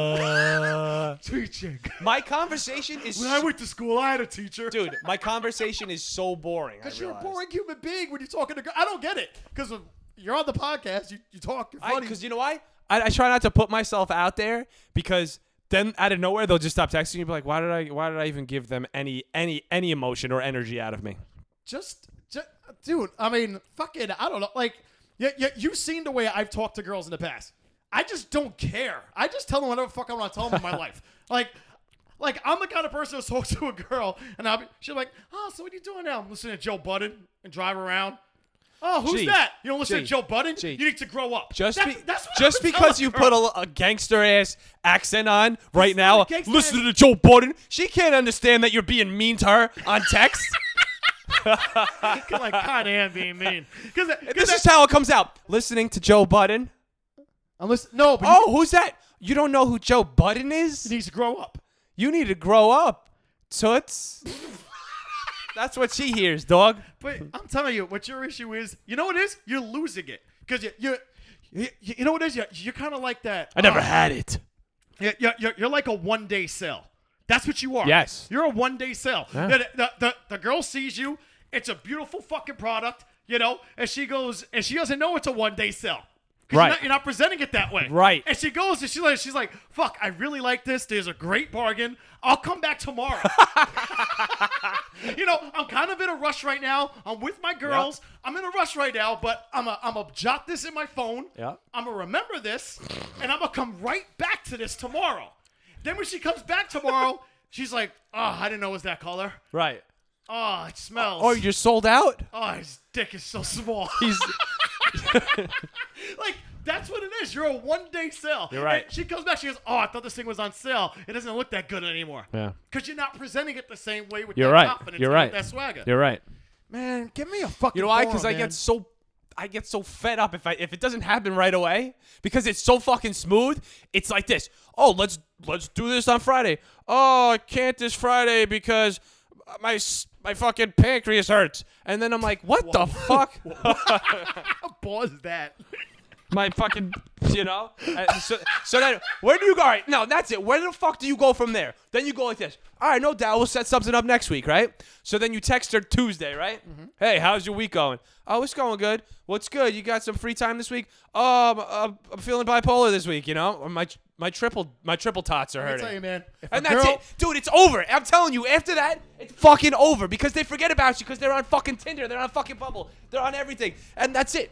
S2: Uh,
S3: teaching.
S2: my conversation is,
S3: When I went to school, I had a teacher.
S2: dude. My conversation is so boring. I
S3: because you're a
S2: realized.
S3: boring human being when you're talking to. gir- I don't get it. Because you're on the podcast, you, you talk, you're funny.
S2: Because you know why? I, I try not to put myself out there because then out of nowhere they'll just stop texting you. and Be like, why did I? Why did I even give them any any any emotion or energy out of me?
S3: just, just, dude. I mean, fucking, I don't know. Like, yeah, yeah, you've seen the way I've talked to girls in the past. I just don't care. I just tell them whatever the fuck I want to tell them in my life. Like, like I'm the kind of person who talks to a girl and I'll be, she's like, oh, so what you doing now? I'm listening to Joe Budden and drive around. Oh, who's
S2: Gee.
S3: that? You don't listen to
S2: Gee.
S3: Joe Budden?
S2: Gee.
S3: You need to grow up.
S2: Just
S3: That's-
S2: be,
S3: that's what I
S2: just
S3: would tell
S2: because
S3: a
S2: you
S3: girl.
S2: put a, a gangster ass accent on right now.
S3: not a gangster
S2: Listen
S3: ass-
S2: to Joe Budden. She can't understand that you're being mean to her on text.
S3: like kind of am being mean. Because
S2: this is how it comes out. Listening to Joe Budden.
S3: unless no, but
S2: Oh, who's that? You don't know who Joe Budden
S3: he
S2: is?
S3: needs to grow up.
S2: You need to grow up, toots. That's what she hears, dog.
S3: But I'm telling you, what your issue is, you know what it is? You're losing it because you you. You, you know what it is? You're, you're kind of like that. uh,
S2: I never had it.
S3: You're, you're, you're like a one day sale. That's what you are.
S2: Yes.
S3: You're a one day sale. The, the, the, the girl sees you. It's a beautiful fucking product, you know, and she goes, and she doesn't know it's a one day sale. 'Cause You're
S2: Right.
S3: not, you're not presenting it that way.
S2: Right.
S3: And she goes and she's like, she's like, fuck, I really like this. There's a great bargain. I'll come back tomorrow. you know, I'm kind of in a rush right now. I'm with my girls. I'm in a rush right now, but I'm a I'm a jot this in my phone.
S2: Yeah.
S3: I'm gonna remember this, and I'm gonna come right back to this tomorrow. Then when she comes back tomorrow, she's like, "Oh, I didn't know it was that color.
S2: Right.
S3: Oh, it smells.
S2: Oh, you're sold out?
S3: oh, his dick is so small.
S2: He's
S3: like." That's what it is. You're a one-day sale. You're
S2: right.
S3: she comes back. She goes, "Oh, I thought this thing was on sale. It doesn't look that good anymore."
S2: Yeah.
S3: Because you're not presenting it the same way with
S2: You're
S3: that
S2: right.
S3: confidence.
S2: You're
S3: and with
S2: right.
S3: That swagger.
S2: right.
S3: Man, give me a fucking.
S2: You know why?
S3: Because
S2: Because I get so I get so fed up if I if it doesn't happen right away because it's so fucking smooth. It's like this. Oh, let's let's do this on Friday. Oh, I can't this Friday because my s- my fucking pancreas hurts. And then I'm like, what the fuck?
S3: pause that.
S2: my fucking, you know. Uh, so, so then, where do you go? All right, no, that's it. Where the fuck do you go from there? Then you go like this. All right, no doubt, we'll set something up next week, right? So then you text her Tuesday, right?
S3: Mm-hmm.
S2: Hey, how's your week going? Oh, it's going good. What's good? You got some free time this week? Oh, I'm, uh, I'm feeling bipolar this week. You know, Or my my triple my triple tots are
S3: I
S2: hurting.
S3: tell you, man. If
S2: And
S3: a
S2: that's
S3: girl,
S2: it. Dude, it's over. I'm telling you, after that, it's fucking over because they forget about you because they're on fucking Tinder. They're on fucking Bubble. They're on everything. And that's it.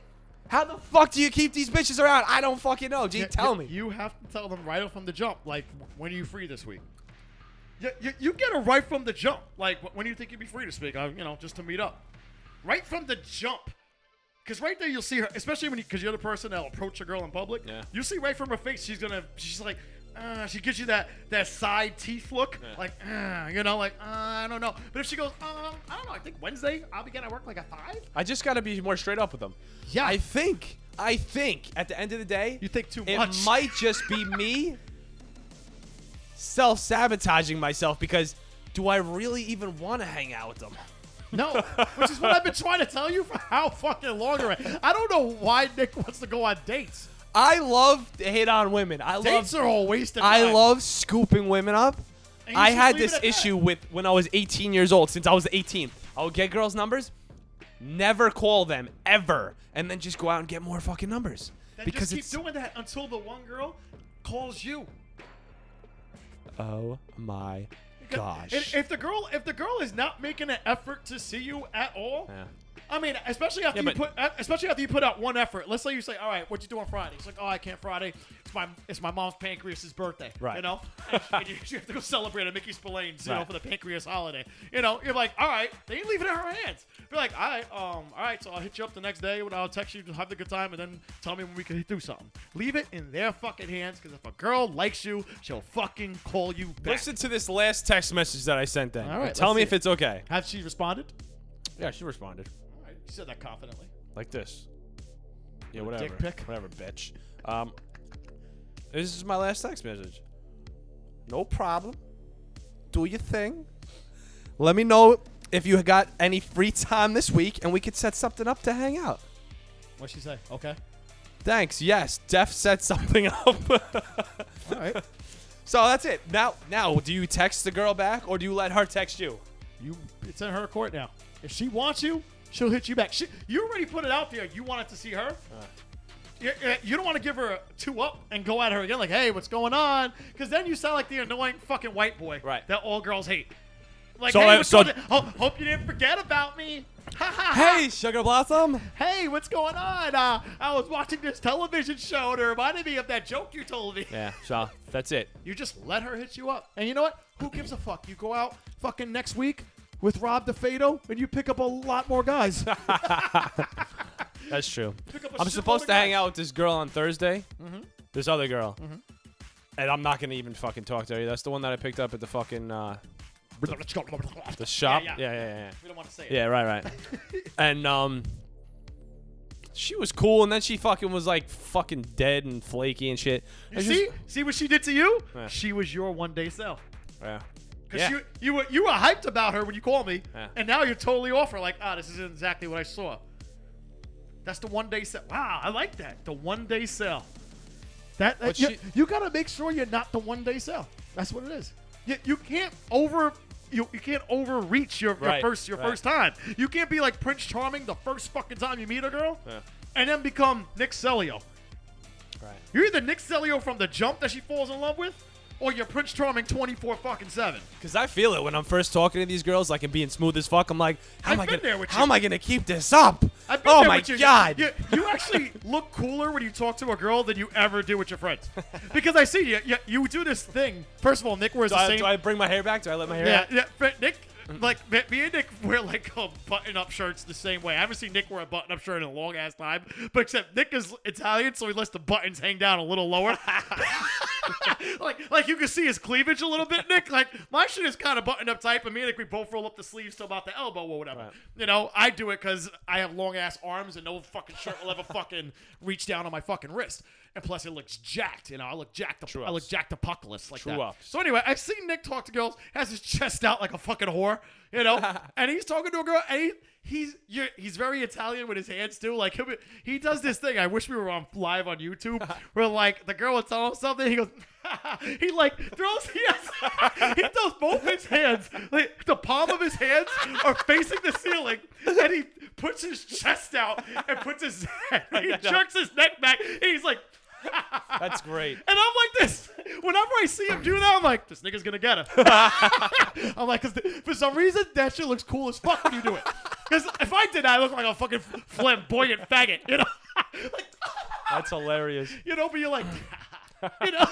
S2: How the fuck do you keep these bitches around? I don't fucking know. Gee,
S3: you-
S2: tell
S3: you-
S2: me.
S3: You have to tell them right from the jump. Like, when are you free this week? You, you, you get it right from the jump. Like, wh- when do you think you'd be free to speak? Uh, you know, just to meet up. Right from the jump. Because right there you'll see her, especially when you, because you're the person that'll approach a girl in public.
S2: Yeah.
S3: You see right from her face, she's gonna, she's like, uh, she gives you that that side teeth look, like, uh, you know, like, uh, I don't know. But if she goes, um, I don't know, I think Wednesday I'll be getting at work like a five.
S2: I just got to be more straight up with them.
S3: Yeah.
S2: I think, I think at the end of the day,
S3: You think too
S2: it
S3: much.
S2: might just be me self sabotaging myself because do I really even want to hang out with them?
S3: No, which is what I've been trying to tell you for how fucking long already. I don't know why Nick wants to go on dates. Um,
S2: I love to hit on women. I love
S3: Dates are all wasted.
S2: I
S3: time.
S2: love scooping women up.
S3: And you
S2: I
S3: should
S2: had
S3: leave it
S2: this
S3: at that.
S2: issue with when I was 18 years old. Since I was 18, I would get girls' numbers, never call them ever, and then just go out and get more fucking numbers
S3: Then
S2: because
S3: just keep
S2: it's
S3: doing that until the one girl calls you.
S2: oh my gosh.
S3: And if the girl, if the girl is not making an effort to see you at all,
S2: Yeah.
S3: I mean, especially after
S2: Yeah,
S3: you
S2: but-
S3: put, especially after you put out one effort. Let's say you say, "All right, what you do on Friday?" It's like, "Oh, I can't Friday." It's my it's my mom's pancreas's birthday.
S2: Right.
S3: You know, and you, you have to go celebrate at Mickey Spillane's, you know,
S2: Right.
S3: for the pancreas holiday. You know, you're like, all right, they ain't leaving it in her hands. You're like, all right, um, all right, so I'll hit you up the next day when I'll text you to have the good time, and then tell me when we can do something. Leave it in their fucking hands, because if a girl likes you, she'll fucking call you back.
S2: Listen to this last text message that I sent then.
S3: All right,
S2: And Tell
S3: let's
S2: me
S3: see
S2: if
S3: it.
S2: it's okay.
S3: Have she responded?
S2: Yeah, she responded.
S3: All right, she said that confidently.
S2: Like this. Yeah, whatever.
S3: dick pic?
S2: Whatever, bitch. Um, this is my last text message. No problem. Do your thing. Let me know if you got any free time this week, and we could set something up to hang out.
S3: What'd she say? Okay.
S2: Thanks. Yes, Def set something up.
S3: All right.
S2: so that's it. Now, now, do you text the girl back, or do you let her text you?
S3: You, it's in her court now. If she wants you, she'll hit you back. She, you already put it out there. You wanted to see her.
S2: Uh.
S3: You, you- you don't want to give her a two up and go at her again, like, "Hey, what's going on?" Because then you sound like the annoying fucking white boy
S2: Right.
S3: that all girls hate. Like,
S2: So
S3: hey,
S2: I-
S3: what's
S2: so-
S3: going on? Ho- hope you didn't forget about me. Ha ha ha.
S2: Hey, Sugar Blossom.
S3: Hey, what's going on? Uh, I was watching this television show and it reminded me of that joke you told me.
S2: Yeah. So that's it.
S3: You just let her hit you up. And you know what? Who gives a fuck? You go out fucking next week with Rob DeFado and you pick up a lot more guys.
S2: That's true.
S3: up a
S2: I'm
S3: shitload
S2: supposed
S3: of
S2: to hang
S3: guys.
S2: out with this girl on Thursday.
S3: Mm-hmm.
S2: This other girl. And I'm not gonna even fucking talk to her. That's the one that I picked up at the fucking uh, the shop.
S3: yeah.
S2: yeah, yeah. yeah, yeah.
S3: we don't want to say it.
S2: Yeah, right, right. and um she was cool and then she fucking was like fucking dead and flaky and shit.
S3: You
S2: I
S3: see?
S2: just-
S3: see what she did to you?
S2: Yeah.
S3: She was your one day self.
S2: yeah.
S3: Because
S2: Yeah.
S3: you, you, were, you were hyped about her when you called me,
S2: Yeah.
S3: and now you're totally off her. Like, ah, this isn't exactly what I saw. That's the one day sell. Wow, I like that. The one day sell. That, that-
S2: But
S3: you,
S2: she-
S3: you got to make sure you're not the one day sell. That's what it is. You, you can't over you, you can't overreach your, your
S2: Right,
S3: first your
S2: right.
S3: first time. You can't be like Prince Charming the first fucking time you meet a girl,
S2: Yeah.
S3: and then become Nick Celio.
S2: Right.
S3: You're either Nick Celio from the jump that she falls in love with, or you're Prince Charming twenty four fucking seven.
S2: Cause I feel it when I'm first talking to these girls, like and being smooth as fuck. I'm like, how am
S3: I've
S2: I
S3: been
S2: gonna,
S3: there with
S2: how
S3: you.
S2: am I gonna keep this up?
S3: I've been
S2: oh
S3: there
S2: my
S3: with you. You-
S2: god!
S3: You, you actually look cooler when you talk to a girl than you ever do with your friends. Because I see you, you, you do this thing. First of all, Nick wears
S2: do,
S3: the
S2: I,
S3: same.
S2: do I bring my hair back? Do I let my hair?
S3: yeah,
S2: out?
S3: yeah, but Nick, like me- me and Nick wear like um, button-up shirts the same way. I haven't seen Nick wear a button-up shirt in a long ass time. But except Nick is Italian, so he lets the buttons hang down a little lower. like, like you can see his cleavage a little bit, Nick. Like my shit is kind of buttoned up tight, but me and Nick we both roll up the sleeves to about the elbow or whatever.
S2: Right.
S3: You know, I do it because I have long ass arms and no fucking shirt will ever fucking reach down on my fucking wrist. And plus, it looks jacked. You know, I look jacked. Up, I
S2: ups.
S3: look jacked apocalypse like
S2: True
S3: that.
S2: ups.
S3: So anyway, I've seen Nick talk to girls, has his chest out like a fucking whore, you know, and he's talking to a girl, and he, he's you're, he's very Italian with his hands too. Like he'll be, he does this thing. I wish we were on live on YouTube, where like the girl will tell him something, he goes, he like throws he, has, he throws both his hands, like the palm of his hands are facing the ceiling, and he puts his chest out and puts his he jerks his neck back, and he's like.
S2: That's great.
S3: And I'm like this. Whenever I see him do that, I'm like, this nigga's gonna get it. I'm like, cause th- for some reason that shit looks cool as fuck when you do it. Cause if I did that, I look like a fucking flamboyant faggot, you know? like,
S2: That's hilarious.
S3: you know, but you're like, you know,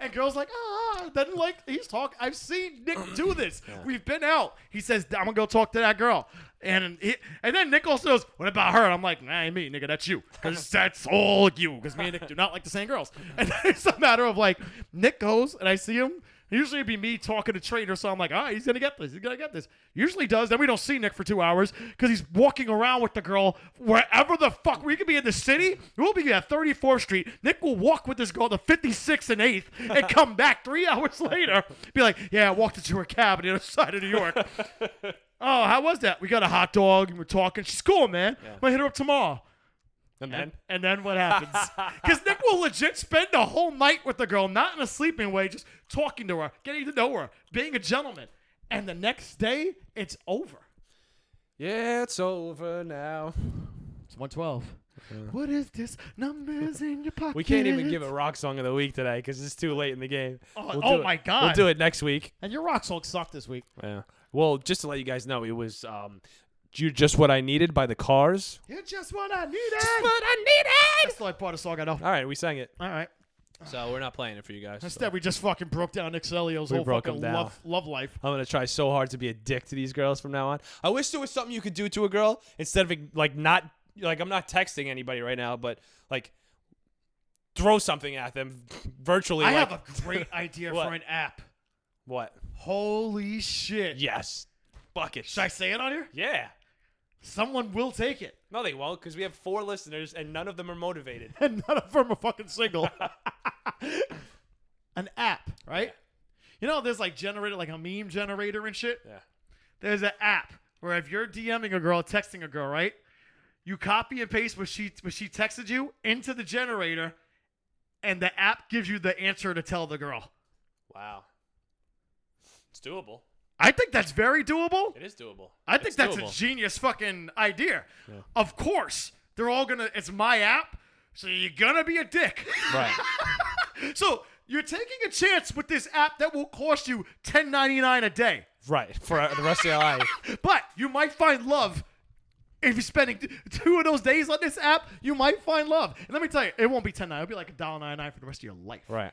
S3: and girls like, ah, then like he's talking. I've seen Nick do this. We've been out. He says, I'm gonna go talk to that girl, and he, and then Nick also goes, what about her? And I'm like, nah, ain't me, nigga, that's you, because that's all you, because me and Nick do not like the same girls. And it's a matter of like, Nick goes and I see him. Usually it'd be me talking to trainer, so I'm like, all right, he's gonna get this, he's gonna get this. Usually he does. Then we don't see Nick for two hours because he's walking around with the girl wherever the fuck. We could be in the city, we'll be at 34th Street. Nick will walk with this girl to 56th and 8th and come back three hours later, be like, yeah, I walked into her cab on the other side of New York. oh, how was that? We got a hot dog and we're talking. She's cool, man. I'm gonna hit her up tomorrow.
S2: And then
S3: And then what happens? Because Nick will legit spend the whole night with the girl, not in a sleeping way, just talking to her, getting to know her, being a gentleman. And the next day, it's over.
S2: yeah, it's over now.
S3: It's 112. What is this? Numbers in your pocket.
S2: We can't even give a rock song of the week today because it's too late in the game.
S3: Oh,
S2: We'll
S3: oh
S2: do it-
S3: my God.
S2: We'll do it next week.
S3: And your rock song sucked this week.
S2: Yeah. Well, just to let you guys know, it was um, "You're Just What I Needed" by the Cars.
S3: You're just what I needed.
S2: I needed.
S3: That's the only part of the song I know.
S2: All right, we sang it.
S3: All right.
S2: So we're not playing it for you guys. so.
S3: Instead, we just fucking broke down Excelio's
S2: We
S3: whole
S2: broke him
S3: fucking
S2: down.
S3: love, love life.
S2: I'm gonna try so hard to be a dick to these girls from now on. I wish there was something you could do to a girl instead of like not like I'm not texting anybody right now, but like throw something at them virtually.
S3: I
S2: like,
S3: have a great idea
S2: What?
S3: for an app.
S2: what?
S3: Holy shit.
S2: Yes, bucket.
S3: Should I say it on here?
S2: Yeah.
S3: Someone will take it.
S2: No, they won't because we have four listeners and none of them are motivated.
S3: and none of them are fucking single. An app, right? You know, there's like generator, like a meme generator and shit.
S2: Yeah.
S3: There's an app where if you're DMing a girl, texting a girl, right? You copy and paste what she what she texted you into the generator, and the app gives you the answer to tell the girl.
S2: Wow. It's doable.
S3: I think that's very doable.
S2: It is doable.
S3: I think
S2: It's
S3: that's
S2: doable.
S3: a genius fucking idea. Of course, they're all gonna. It's my app, so you're gonna be a dick.
S2: Right.
S3: So you're taking a chance with this app that will cost you ten ninety nine a day,
S2: right. For uh, the rest of your life.
S3: but you might find love. If you're spending t- two of those days on this app, you might find love. And let me tell you, it won't be ten nine. It'll be like a dollar ninety nine for the rest of your life.
S2: Right.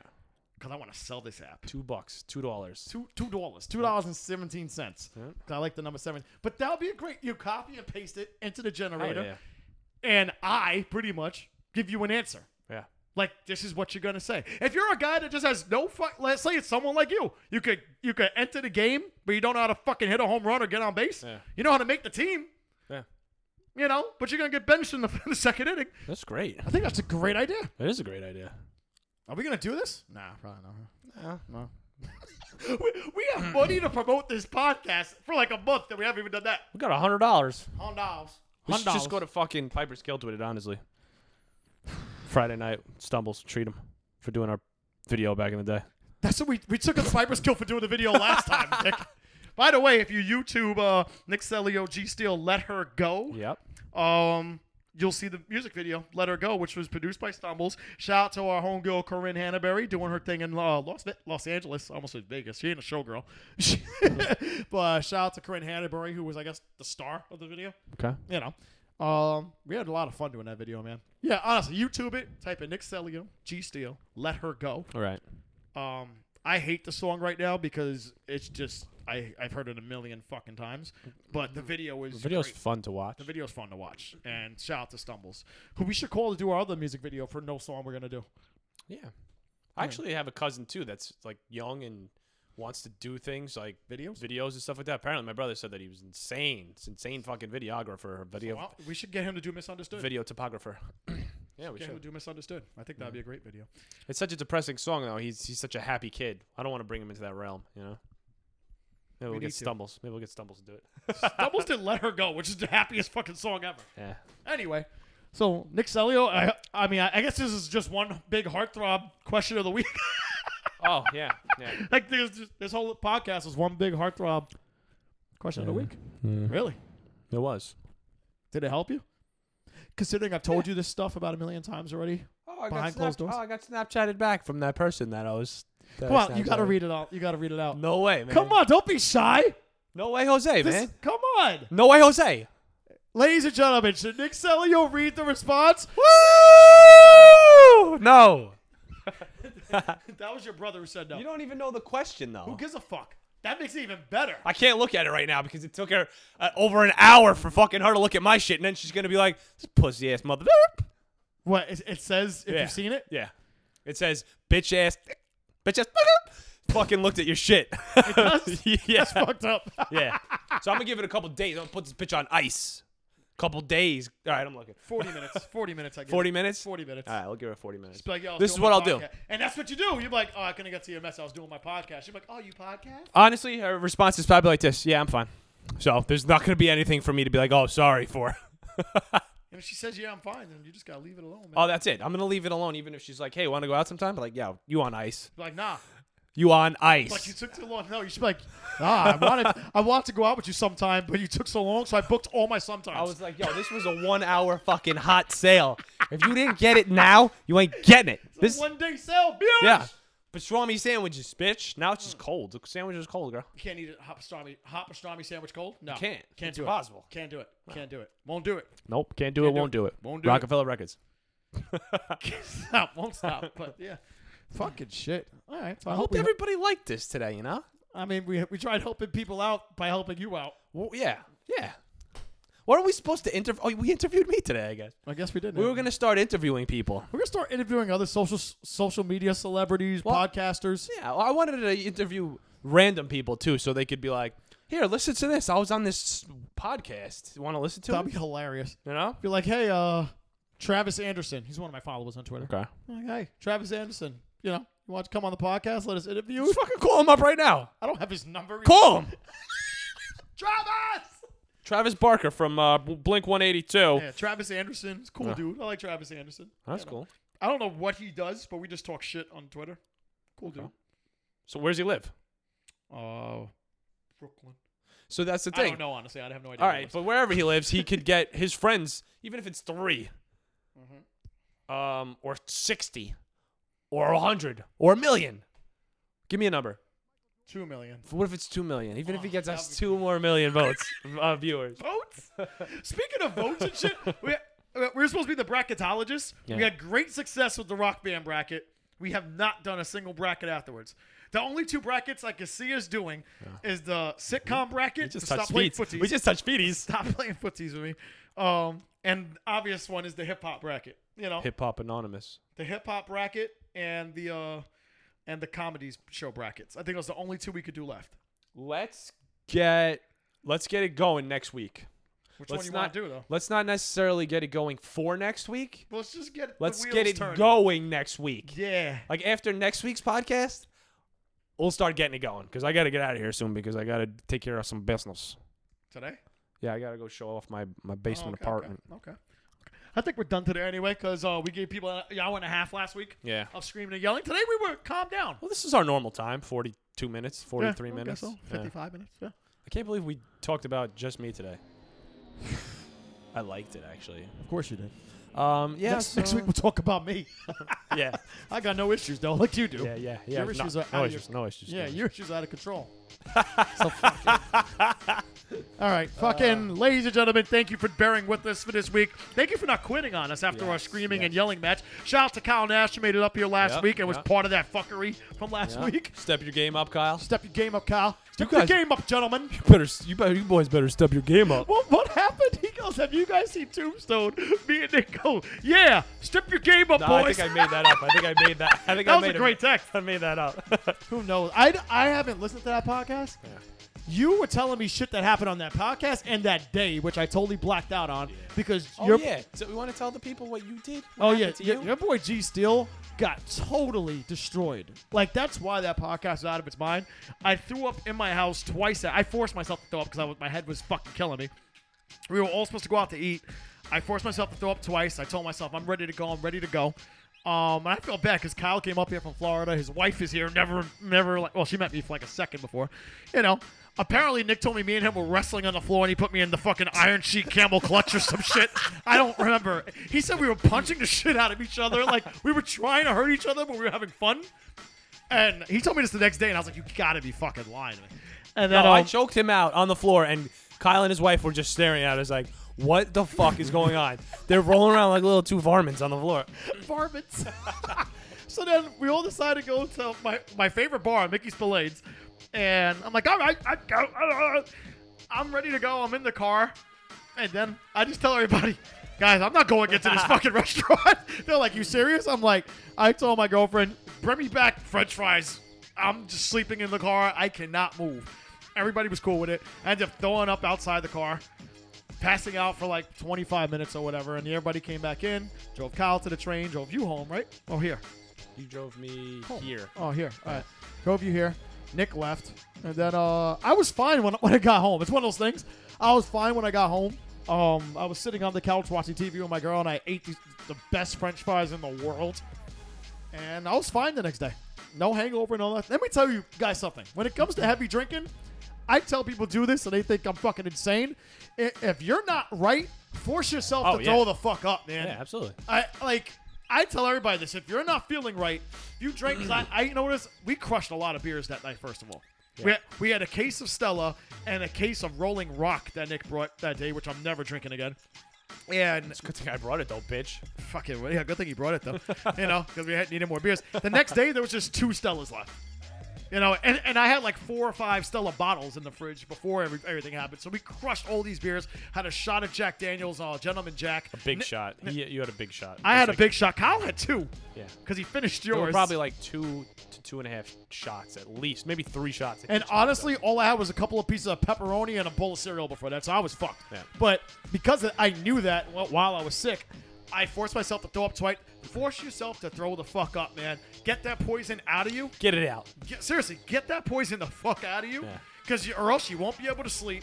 S3: Because I want to sell this app.
S2: Two bucks. Two dollars.
S3: Two two dollars. Two dollars and seventeen cents. I like the number seven. But that'll be a great. You copy and paste it into the generator,
S2: Oh, yeah.
S3: and I pretty much give you an answer.
S2: Yeah.
S3: Like this is what you're gonna say. If you're a guy that just has no fuck, let's say it's someone like you. You could you could enter the game, but you don't know how to fucking hit a home run or get on base.
S2: Yeah.
S3: You know how to make the team,
S2: Yeah.
S3: you know, but you're gonna get benched in the, the second inning.
S2: That's great.
S3: I think that's a great idea.
S2: That is a great idea.
S3: Are we gonna do this? Nah, probably not. no. we, we have money to promote this podcast for like a month, and we haven't even done that.
S2: We got a hundred dollars.
S3: On dollars.
S2: We should just go to fucking Piper's Guild with it, honestly. Friday night, stumbles, treat him for doing our video back in the day.
S3: That's what we we took up the Viper's kill for doing the video last time. Nick. By the way, if you YouTube uh, Nick Celio G Steel, "Let Her Go,"
S2: Yep.
S3: um, you'll see the music video "Let Her Go," which was produced by Stumbles. Shout out to our homegirl Corinne Hannaberry doing her thing in uh, Los Los Angeles, I almost said Vegas. She ain't a showgirl, but uh, shout out to Corinne Hannaberry, who was I guess the star of the video
S2: Okay.
S3: you know. Um, we had a lot of fun doing that video, man. Yeah, honestly, YouTube it. Type in Nick Celio, G Steel, Let Her Go.
S2: All right.
S3: Um, I hate the song right now because it's just I I've heard it a million fucking times, but the video is
S2: The video's
S3: great.
S2: fun to watch.
S3: The video's fun to watch. And shout out to Stumbles, who we should call to do our other music video for no song we're gonna do.
S2: Yeah. I actually have a cousin too that's like young and wants to do things like
S3: Videos.
S2: videos and stuff like that. Apparently, my brother said that he was insane. It's insane fucking videographer, or video
S3: Well, we should get him to do misunderstood.
S2: video topographer. yeah, we
S3: Get him to
S2: should.
S3: do misunderstood. I think that'd be a great video.
S2: It's such a depressing song though. He's he's such a happy kid. I don't want to bring him into that realm, you know. Maybe we'll
S3: need
S2: get
S3: to.
S2: stumbles. Maybe we'll get stumbles to do it.
S3: Stumbles did Let Her Go, which is the happiest fucking song ever.
S2: Yeah.
S3: Anyway, so Nick Celio, I, I mean, I, I guess this is just one big heartthrob question of the week.
S2: Oh yeah. Yeah.
S3: like there's just, this whole podcast was one big heartthrob question of the week. Really?
S2: It was.
S3: Did it help you? Considering I've told you this stuff about a million times already.
S2: Oh, I
S3: Behind closed doors?
S2: I got Snapchatted back from that person that I was. that
S3: Come
S2: I
S3: on, you gotta
S2: Snapchatted.
S3: read it out. You gotta read it out.
S2: No way, man.
S3: Come on, don't be shy.
S2: No way, Jose,
S3: This,
S2: man.
S3: come on,
S2: No way, Jose.
S3: ladies and gentlemen, should Nick Celio read the response?
S2: Woo! No.
S3: that was your brother who said no.
S2: You don't even know the question though.
S3: who gives a fuck? That makes it even better.
S2: I can't look at it right now because it took her uh, over an hour for fucking her to look at my shit, and then she's gonna be like, "This pussy ass mother."
S3: What it, it says? If
S2: Yeah.
S3: you've seen it,
S2: Yeah. It says bitch ass, bitch ass. Fucking looked at your shit. It
S3: does?
S2: yeah.
S3: that's fucked up.
S2: yeah. So I'm gonna give it a couple days. I'm gonna put this bitch on ice. Couple days. All right, I'm looking.
S3: 40 minutes. 40 minutes, I guess.
S2: 40 minutes.
S3: 40 minutes.
S2: All right, we'll give her 40 minutes.
S3: Just be like, yo, I was
S2: this is
S3: doing
S2: what
S3: my
S2: I'll do.
S3: podcast. And that's what you do. You're like, oh, I couldn't get to your mess. I was doing my podcast. You're like, oh, you podcast?
S2: Honestly, her response is probably like this. Yeah, I'm fine. So there's not gonna be anything for me to be like, oh, sorry for.
S3: And if she says, yeah, I'm fine, then you just got to leave it alone, man.
S2: oh, that's it. I'm gonna leave it alone, even if she's like, hey, want to go out sometime? But like, yeah, you on ice.
S3: You're like, nah.
S2: You on ice.
S3: Like, you took too long. No, you should be like, nah, I wanted, I wanted to go out with you sometime, but you took so long, so I booked all my sometimes.
S2: I was like, yo, this was a one hour fucking hot sale. If you didn't get it now, you ain't getting it. This
S3: one day sale, bitch.
S2: Yeah. Pastrami sandwiches, bitch. Now it's just cold. The sandwich is cold, girl.
S3: You can't eat a hot pastrami, hot pastrami sandwich cold? No.
S2: can't.
S3: Can't
S2: It's
S3: do
S2: impossible.
S3: it. Can't do it. Can't do it. Won't do it.
S2: Nope. Can't do it,
S3: do
S2: won't
S3: it.
S2: do it.
S3: Won't do it.
S2: Rockefeller Records.
S3: Can't stop. Won't stop. But yeah. Fucking shit. All right. So I,
S2: I
S3: hope,
S2: hope
S3: we hel-
S2: everybody liked this today, you know?
S3: I mean, we we tried helping people out by helping you out.
S2: Well, yeah. Yeah. What are we supposed to interview? Oh, we interviewed me today, I guess.
S3: I guess we didn't.
S2: We were going to start interviewing people.
S3: We're gonna start interviewing other social social media celebrities,
S2: Well-
S3: podcasters.
S2: Yeah, well, I wanted to interview random people too, so they could be like, "Here, listen to this. I was on this podcast. You want to listen to
S3: That'd
S2: it?
S3: be hilarious.
S2: You know?"
S3: Be like, hey, uh, Travis Anderson. He's one of my followers on Twitter.
S2: Okay.
S3: Like, hey, Travis Anderson. You know, you want to come on the podcast? Let us interview. you?
S2: Fucking call him up right now.
S3: I don't have his number.
S2: Call him.
S3: Travis.
S2: Travis Barker from uh, Blink 182.
S3: Yeah, Travis Anderson. He's a cool dude. I like Travis Anderson.
S2: That's
S3: You know,
S2: cool.
S3: I don't know what he does, but we just talk shit on Twitter. Cool dude.
S2: So where's he live?
S3: Oh, Brooklyn.
S2: So that's the
S3: I
S2: thing.
S3: don't know honestly. I have no idea.
S2: All
S3: where he
S2: right,
S3: lives.
S2: but wherever he lives, he could get his friends, even if it's 3
S3: Mm-hmm.
S2: um, or sixty, or hundred, or a million. Give me a number.
S3: two million.
S2: What if it's two million? Even if he
S3: Oh,
S2: gets
S3: that
S2: us
S3: would
S2: two more million votes, uh, viewers.
S3: votes? Speaking of votes and shit, we, we're supposed to be the bracketologists. We
S2: Yeah.
S3: had great success with the rock band bracket. We have not done a single bracket afterwards. The only two brackets I can see us doing is the sitcom bracket.
S2: We just
S3: stop
S2: touched
S3: playing
S2: feet.
S3: footies.
S2: We just touched feeties.
S3: stop playing footies with me. Um, and obvious one is the hip hop bracket. You know,
S2: Hip Hop Anonymous.
S3: the hip hop bracket and the uh, and the comedies show brackets. I think those are the only two we could do left.
S2: Let's get let's get it going next week.
S3: Which
S2: Let's
S3: one you
S2: not
S3: want to do though?
S2: Let's not necessarily get it going for next week.
S3: Let's just get the
S2: Let's
S3: wheels
S2: get it
S3: turning.
S2: going next week.
S3: Yeah.
S2: Like after next week's podcast, we'll start getting it going because I got to get out of here soon because I got to take care of some business.
S3: Today.
S2: Yeah, I got to go show off my my
S3: Oh,
S2: basement
S3: okay,
S2: apartment.
S3: Okay, okay. I think we're done today anyway because uh, we gave people an hour and a half last week
S2: Yeah.
S3: of screaming and yelling. Today we were calm down.
S2: Well, this is our normal time, 42 minutes, 43
S3: Yeah, I
S2: minutes.
S3: guess so.
S2: Yeah.
S3: 55 minutes. Yeah.
S2: I can't believe we talked about just me today. I liked it actually.
S3: Of course you did.
S2: Um, yeah,
S3: next, next
S2: so-
S3: week we'll talk about me.
S2: yeah,
S3: I got no issues though, like you do.
S2: yeah, yeah, yeah.
S3: Your
S2: no,
S3: issues are out
S2: no
S3: of your-
S2: issues, no issues.
S3: Yeah,
S2: no
S3: your issues are out of control. So fuck it. All right,
S2: Uh,
S3: fucking ladies and gentlemen, thank you for bearing with us for this week. Thank you for not quitting on us after our
S2: Yes,
S3: screaming
S2: yes.
S3: and yelling match. Shout out to Kyle Nash who made it up here last
S2: Yep,
S3: week and was
S2: yep.
S3: part of that fuckery from last
S2: Yeah.
S3: week.
S2: Step your game up, Kyle.
S3: Step your game up, Kyle. Step
S2: You
S3: your
S2: guys-
S3: game up, gentlemen.
S2: Better, you better, you boys better step your game up.
S3: What, what happened? He goes, Have you guys seen Tombstone? Me and Nick go, Yeah, step your game up,
S2: No, I
S3: boys.
S2: think I made that up. I think I made that. I think
S3: That
S2: I
S3: was
S2: made
S3: a great text.
S2: I made that up.
S3: Who knows? I, I haven't listened to that podcast. You were telling me shit that happened on that podcast and that day, which I totally blacked out on because
S2: oh
S3: your
S2: yeah. So we want to tell the people what you did. What
S3: oh
S2: happened
S3: yeah,
S2: to
S3: your,
S2: you?
S3: your boy G Steel got totally destroyed. Like that's why that podcast is out of its mind. I threw up in my house twice. I forced myself to throw up because I was, my head was fucking killing me. We were all supposed to go out to eat. I forced myself to throw up twice. I told myself I'm ready to go. I'm ready to go. Um, and I felt bad because Kyle came up here from Florida. His wife is here. Never, never. Like, well, she met me for like a second before, you know. Apparently, Nick told me me and him were wrestling on the floor, and he put me in the fucking iron sheet camel clutch or some shit. I don't remember. He said we were punching the shit out of each other, like we were trying to hurt each other, but we were having fun. And he told me this the next day, and I was like, "You gotta be fucking lying." to me." And then
S2: No, I
S3: um,
S2: choked him out on the floor, and Kyle and his wife were just staring at us like, "What the fuck is going on?" They're rolling around like little two varmints on the floor.
S3: varmints. so then we all decided to go to my, my favorite bar, Mickey's Spillade's. And I'm like, all right, I go. uh, I'm ready to go. I'm in the car. And then I just tell everybody, guys, I'm not going into this fucking restaurant. They're like, you serious? I'm like, I told my girlfriend, bring me back french fries. I'm just sleeping in the car. I cannot move. Everybody was cool with it. I ended up throwing up outside the car passing out for like 25 minutes or whatever, and everybody came back in, drove Kyle to the train, drove you home, right? Oh, here.
S2: You drove me
S3: Home.
S2: here.
S3: Oh, here. All right. Drove you here. Nick left. And then uh, I was fine when, when I got home. It's one of those things. I was fine when I got home. Um, I was sitting on the couch watching TV with my girl, and I ate these, the best french fries in the world. And I was fine the next day. No hangover, no nothing. Let me tell you guys something. When it comes to heavy drinking, I tell people do this and they think I'm fucking insane. I- If you're not right, force yourself
S2: Oh,
S3: to
S2: yeah.
S3: throw the fuck up, man.
S2: Yeah, absolutely.
S3: I like I tell everybody this: if you're not feeling right, if you drink. 'cause I, I noticed we crushed a lot of beers that night. First of all, we, had, we had a case of Stella and a case of Rolling Rock that Nick brought that day, which I'm never drinking again. And
S2: It's a good thing I brought it though, bitch.
S3: fucking, yeah, good thing he brought it though. you know, because we had needed more beers. The next day, there was just two Stellas left. You know, and, and I had like four or five Stella bottles in the fridge before every, everything happened. So we crushed all these beers. Had a shot of Jack Daniels, uh, Gentleman Jack. A
S2: Big shot. He, you had a big shot.
S3: I had
S2: It's
S3: a big shot. Kyle had two
S2: like- Yeah.
S3: because he finished
S2: There were
S3: yours.
S2: probably like two to two and a half shots at least, maybe three shots. at
S3: And
S2: each one of
S3: honestly,
S2: them.
S3: all I had was a couple of pieces of pepperoni and a bowl of cereal before that, so I was fucked.
S2: Yeah.
S3: But because I knew that wh- while I was sick, I forced myself to throw up twice. Force yourself to throw the fuck up, man. Get that poison out of you.
S2: get it out.
S3: Get, seriously, get that poison the fuck out of you,
S2: Yeah.
S3: because you, or else you won't be able to sleep.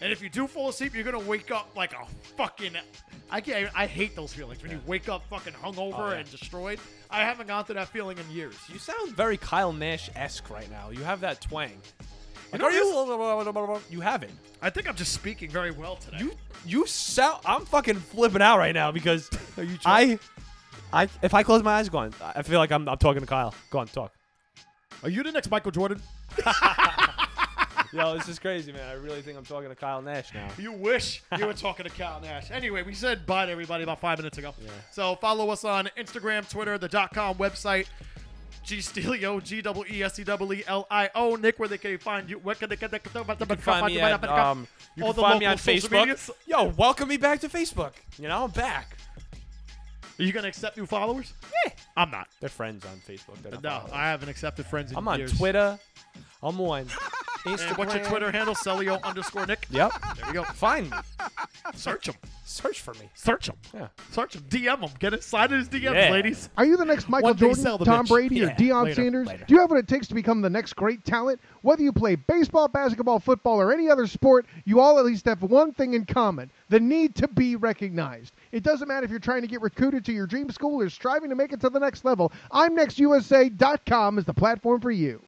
S3: And if you do fall asleep, you're gonna wake up like a fucking. I can't. I hate those feelings when you wake up fucking hungover
S2: Oh, yeah.
S3: and destroyed. I haven't gone through that feeling in years.
S2: You sound very Kyle Nash esque right now. You have that twang. Like,
S3: know
S2: are you? You have it.
S3: I think I'm just speaking very well today.
S2: You you sound. I'm fucking flipping out right now because I, I if I close my eyes, go on. I feel like I'm, I'm talking to Kyle. Go on, talk.
S3: Are you the next Michael Jordan?
S2: Yo, this is crazy, man. I really think I'm talking to Kyle Nash now.
S3: You wish you were talking to Kyle Nash. Anyway, we said bye to everybody about five minutes ago.
S2: Yeah.
S3: So follow us on Instagram, Twitter, the dot com website, G Stelio, G double E S E double E L I O. Nick, where they can find you. Where can they can they can they
S2: You can find me at, um, you
S3: all
S2: can
S3: the
S2: find me
S3: local
S2: on
S3: social
S2: Facebook.
S3: medias?
S2: Yo, welcome me back to Facebook. You know, I'm back.
S3: Are you gonna accept new followers?
S2: Yeah.
S3: I'm not.
S2: They're friends on Facebook. They're not
S3: No,
S2: followers.
S3: I haven't accepted friends in
S2: I'm on
S3: years.
S2: Twitter. I'm on Instagram.
S3: And what's your Twitter handle? Celio underscore Nick.
S2: Yep.
S3: There we go.
S2: Find me.
S3: Search him.
S2: Search for me.
S3: Search him.
S2: Yeah.
S3: Search him. DM him. Get inside his DMs,
S2: Yeah.
S3: ladies.
S1: Are you the next Michael
S3: One day
S1: Jordan,
S3: sell the
S1: Tom
S3: bitch.
S1: Brady, or
S2: Yeah,
S1: Deion
S2: later,
S1: Sanders?
S2: later.
S1: Do you have what it takes to become the next great talent? Whether you play baseball, basketball, football, or any other sport, you all at least have one thing in common the need to be recognized. It doesn't matter if you're trying to get recruited to your dream school or striving to make it to the next level. I'mNextUSA.com is the platform for you.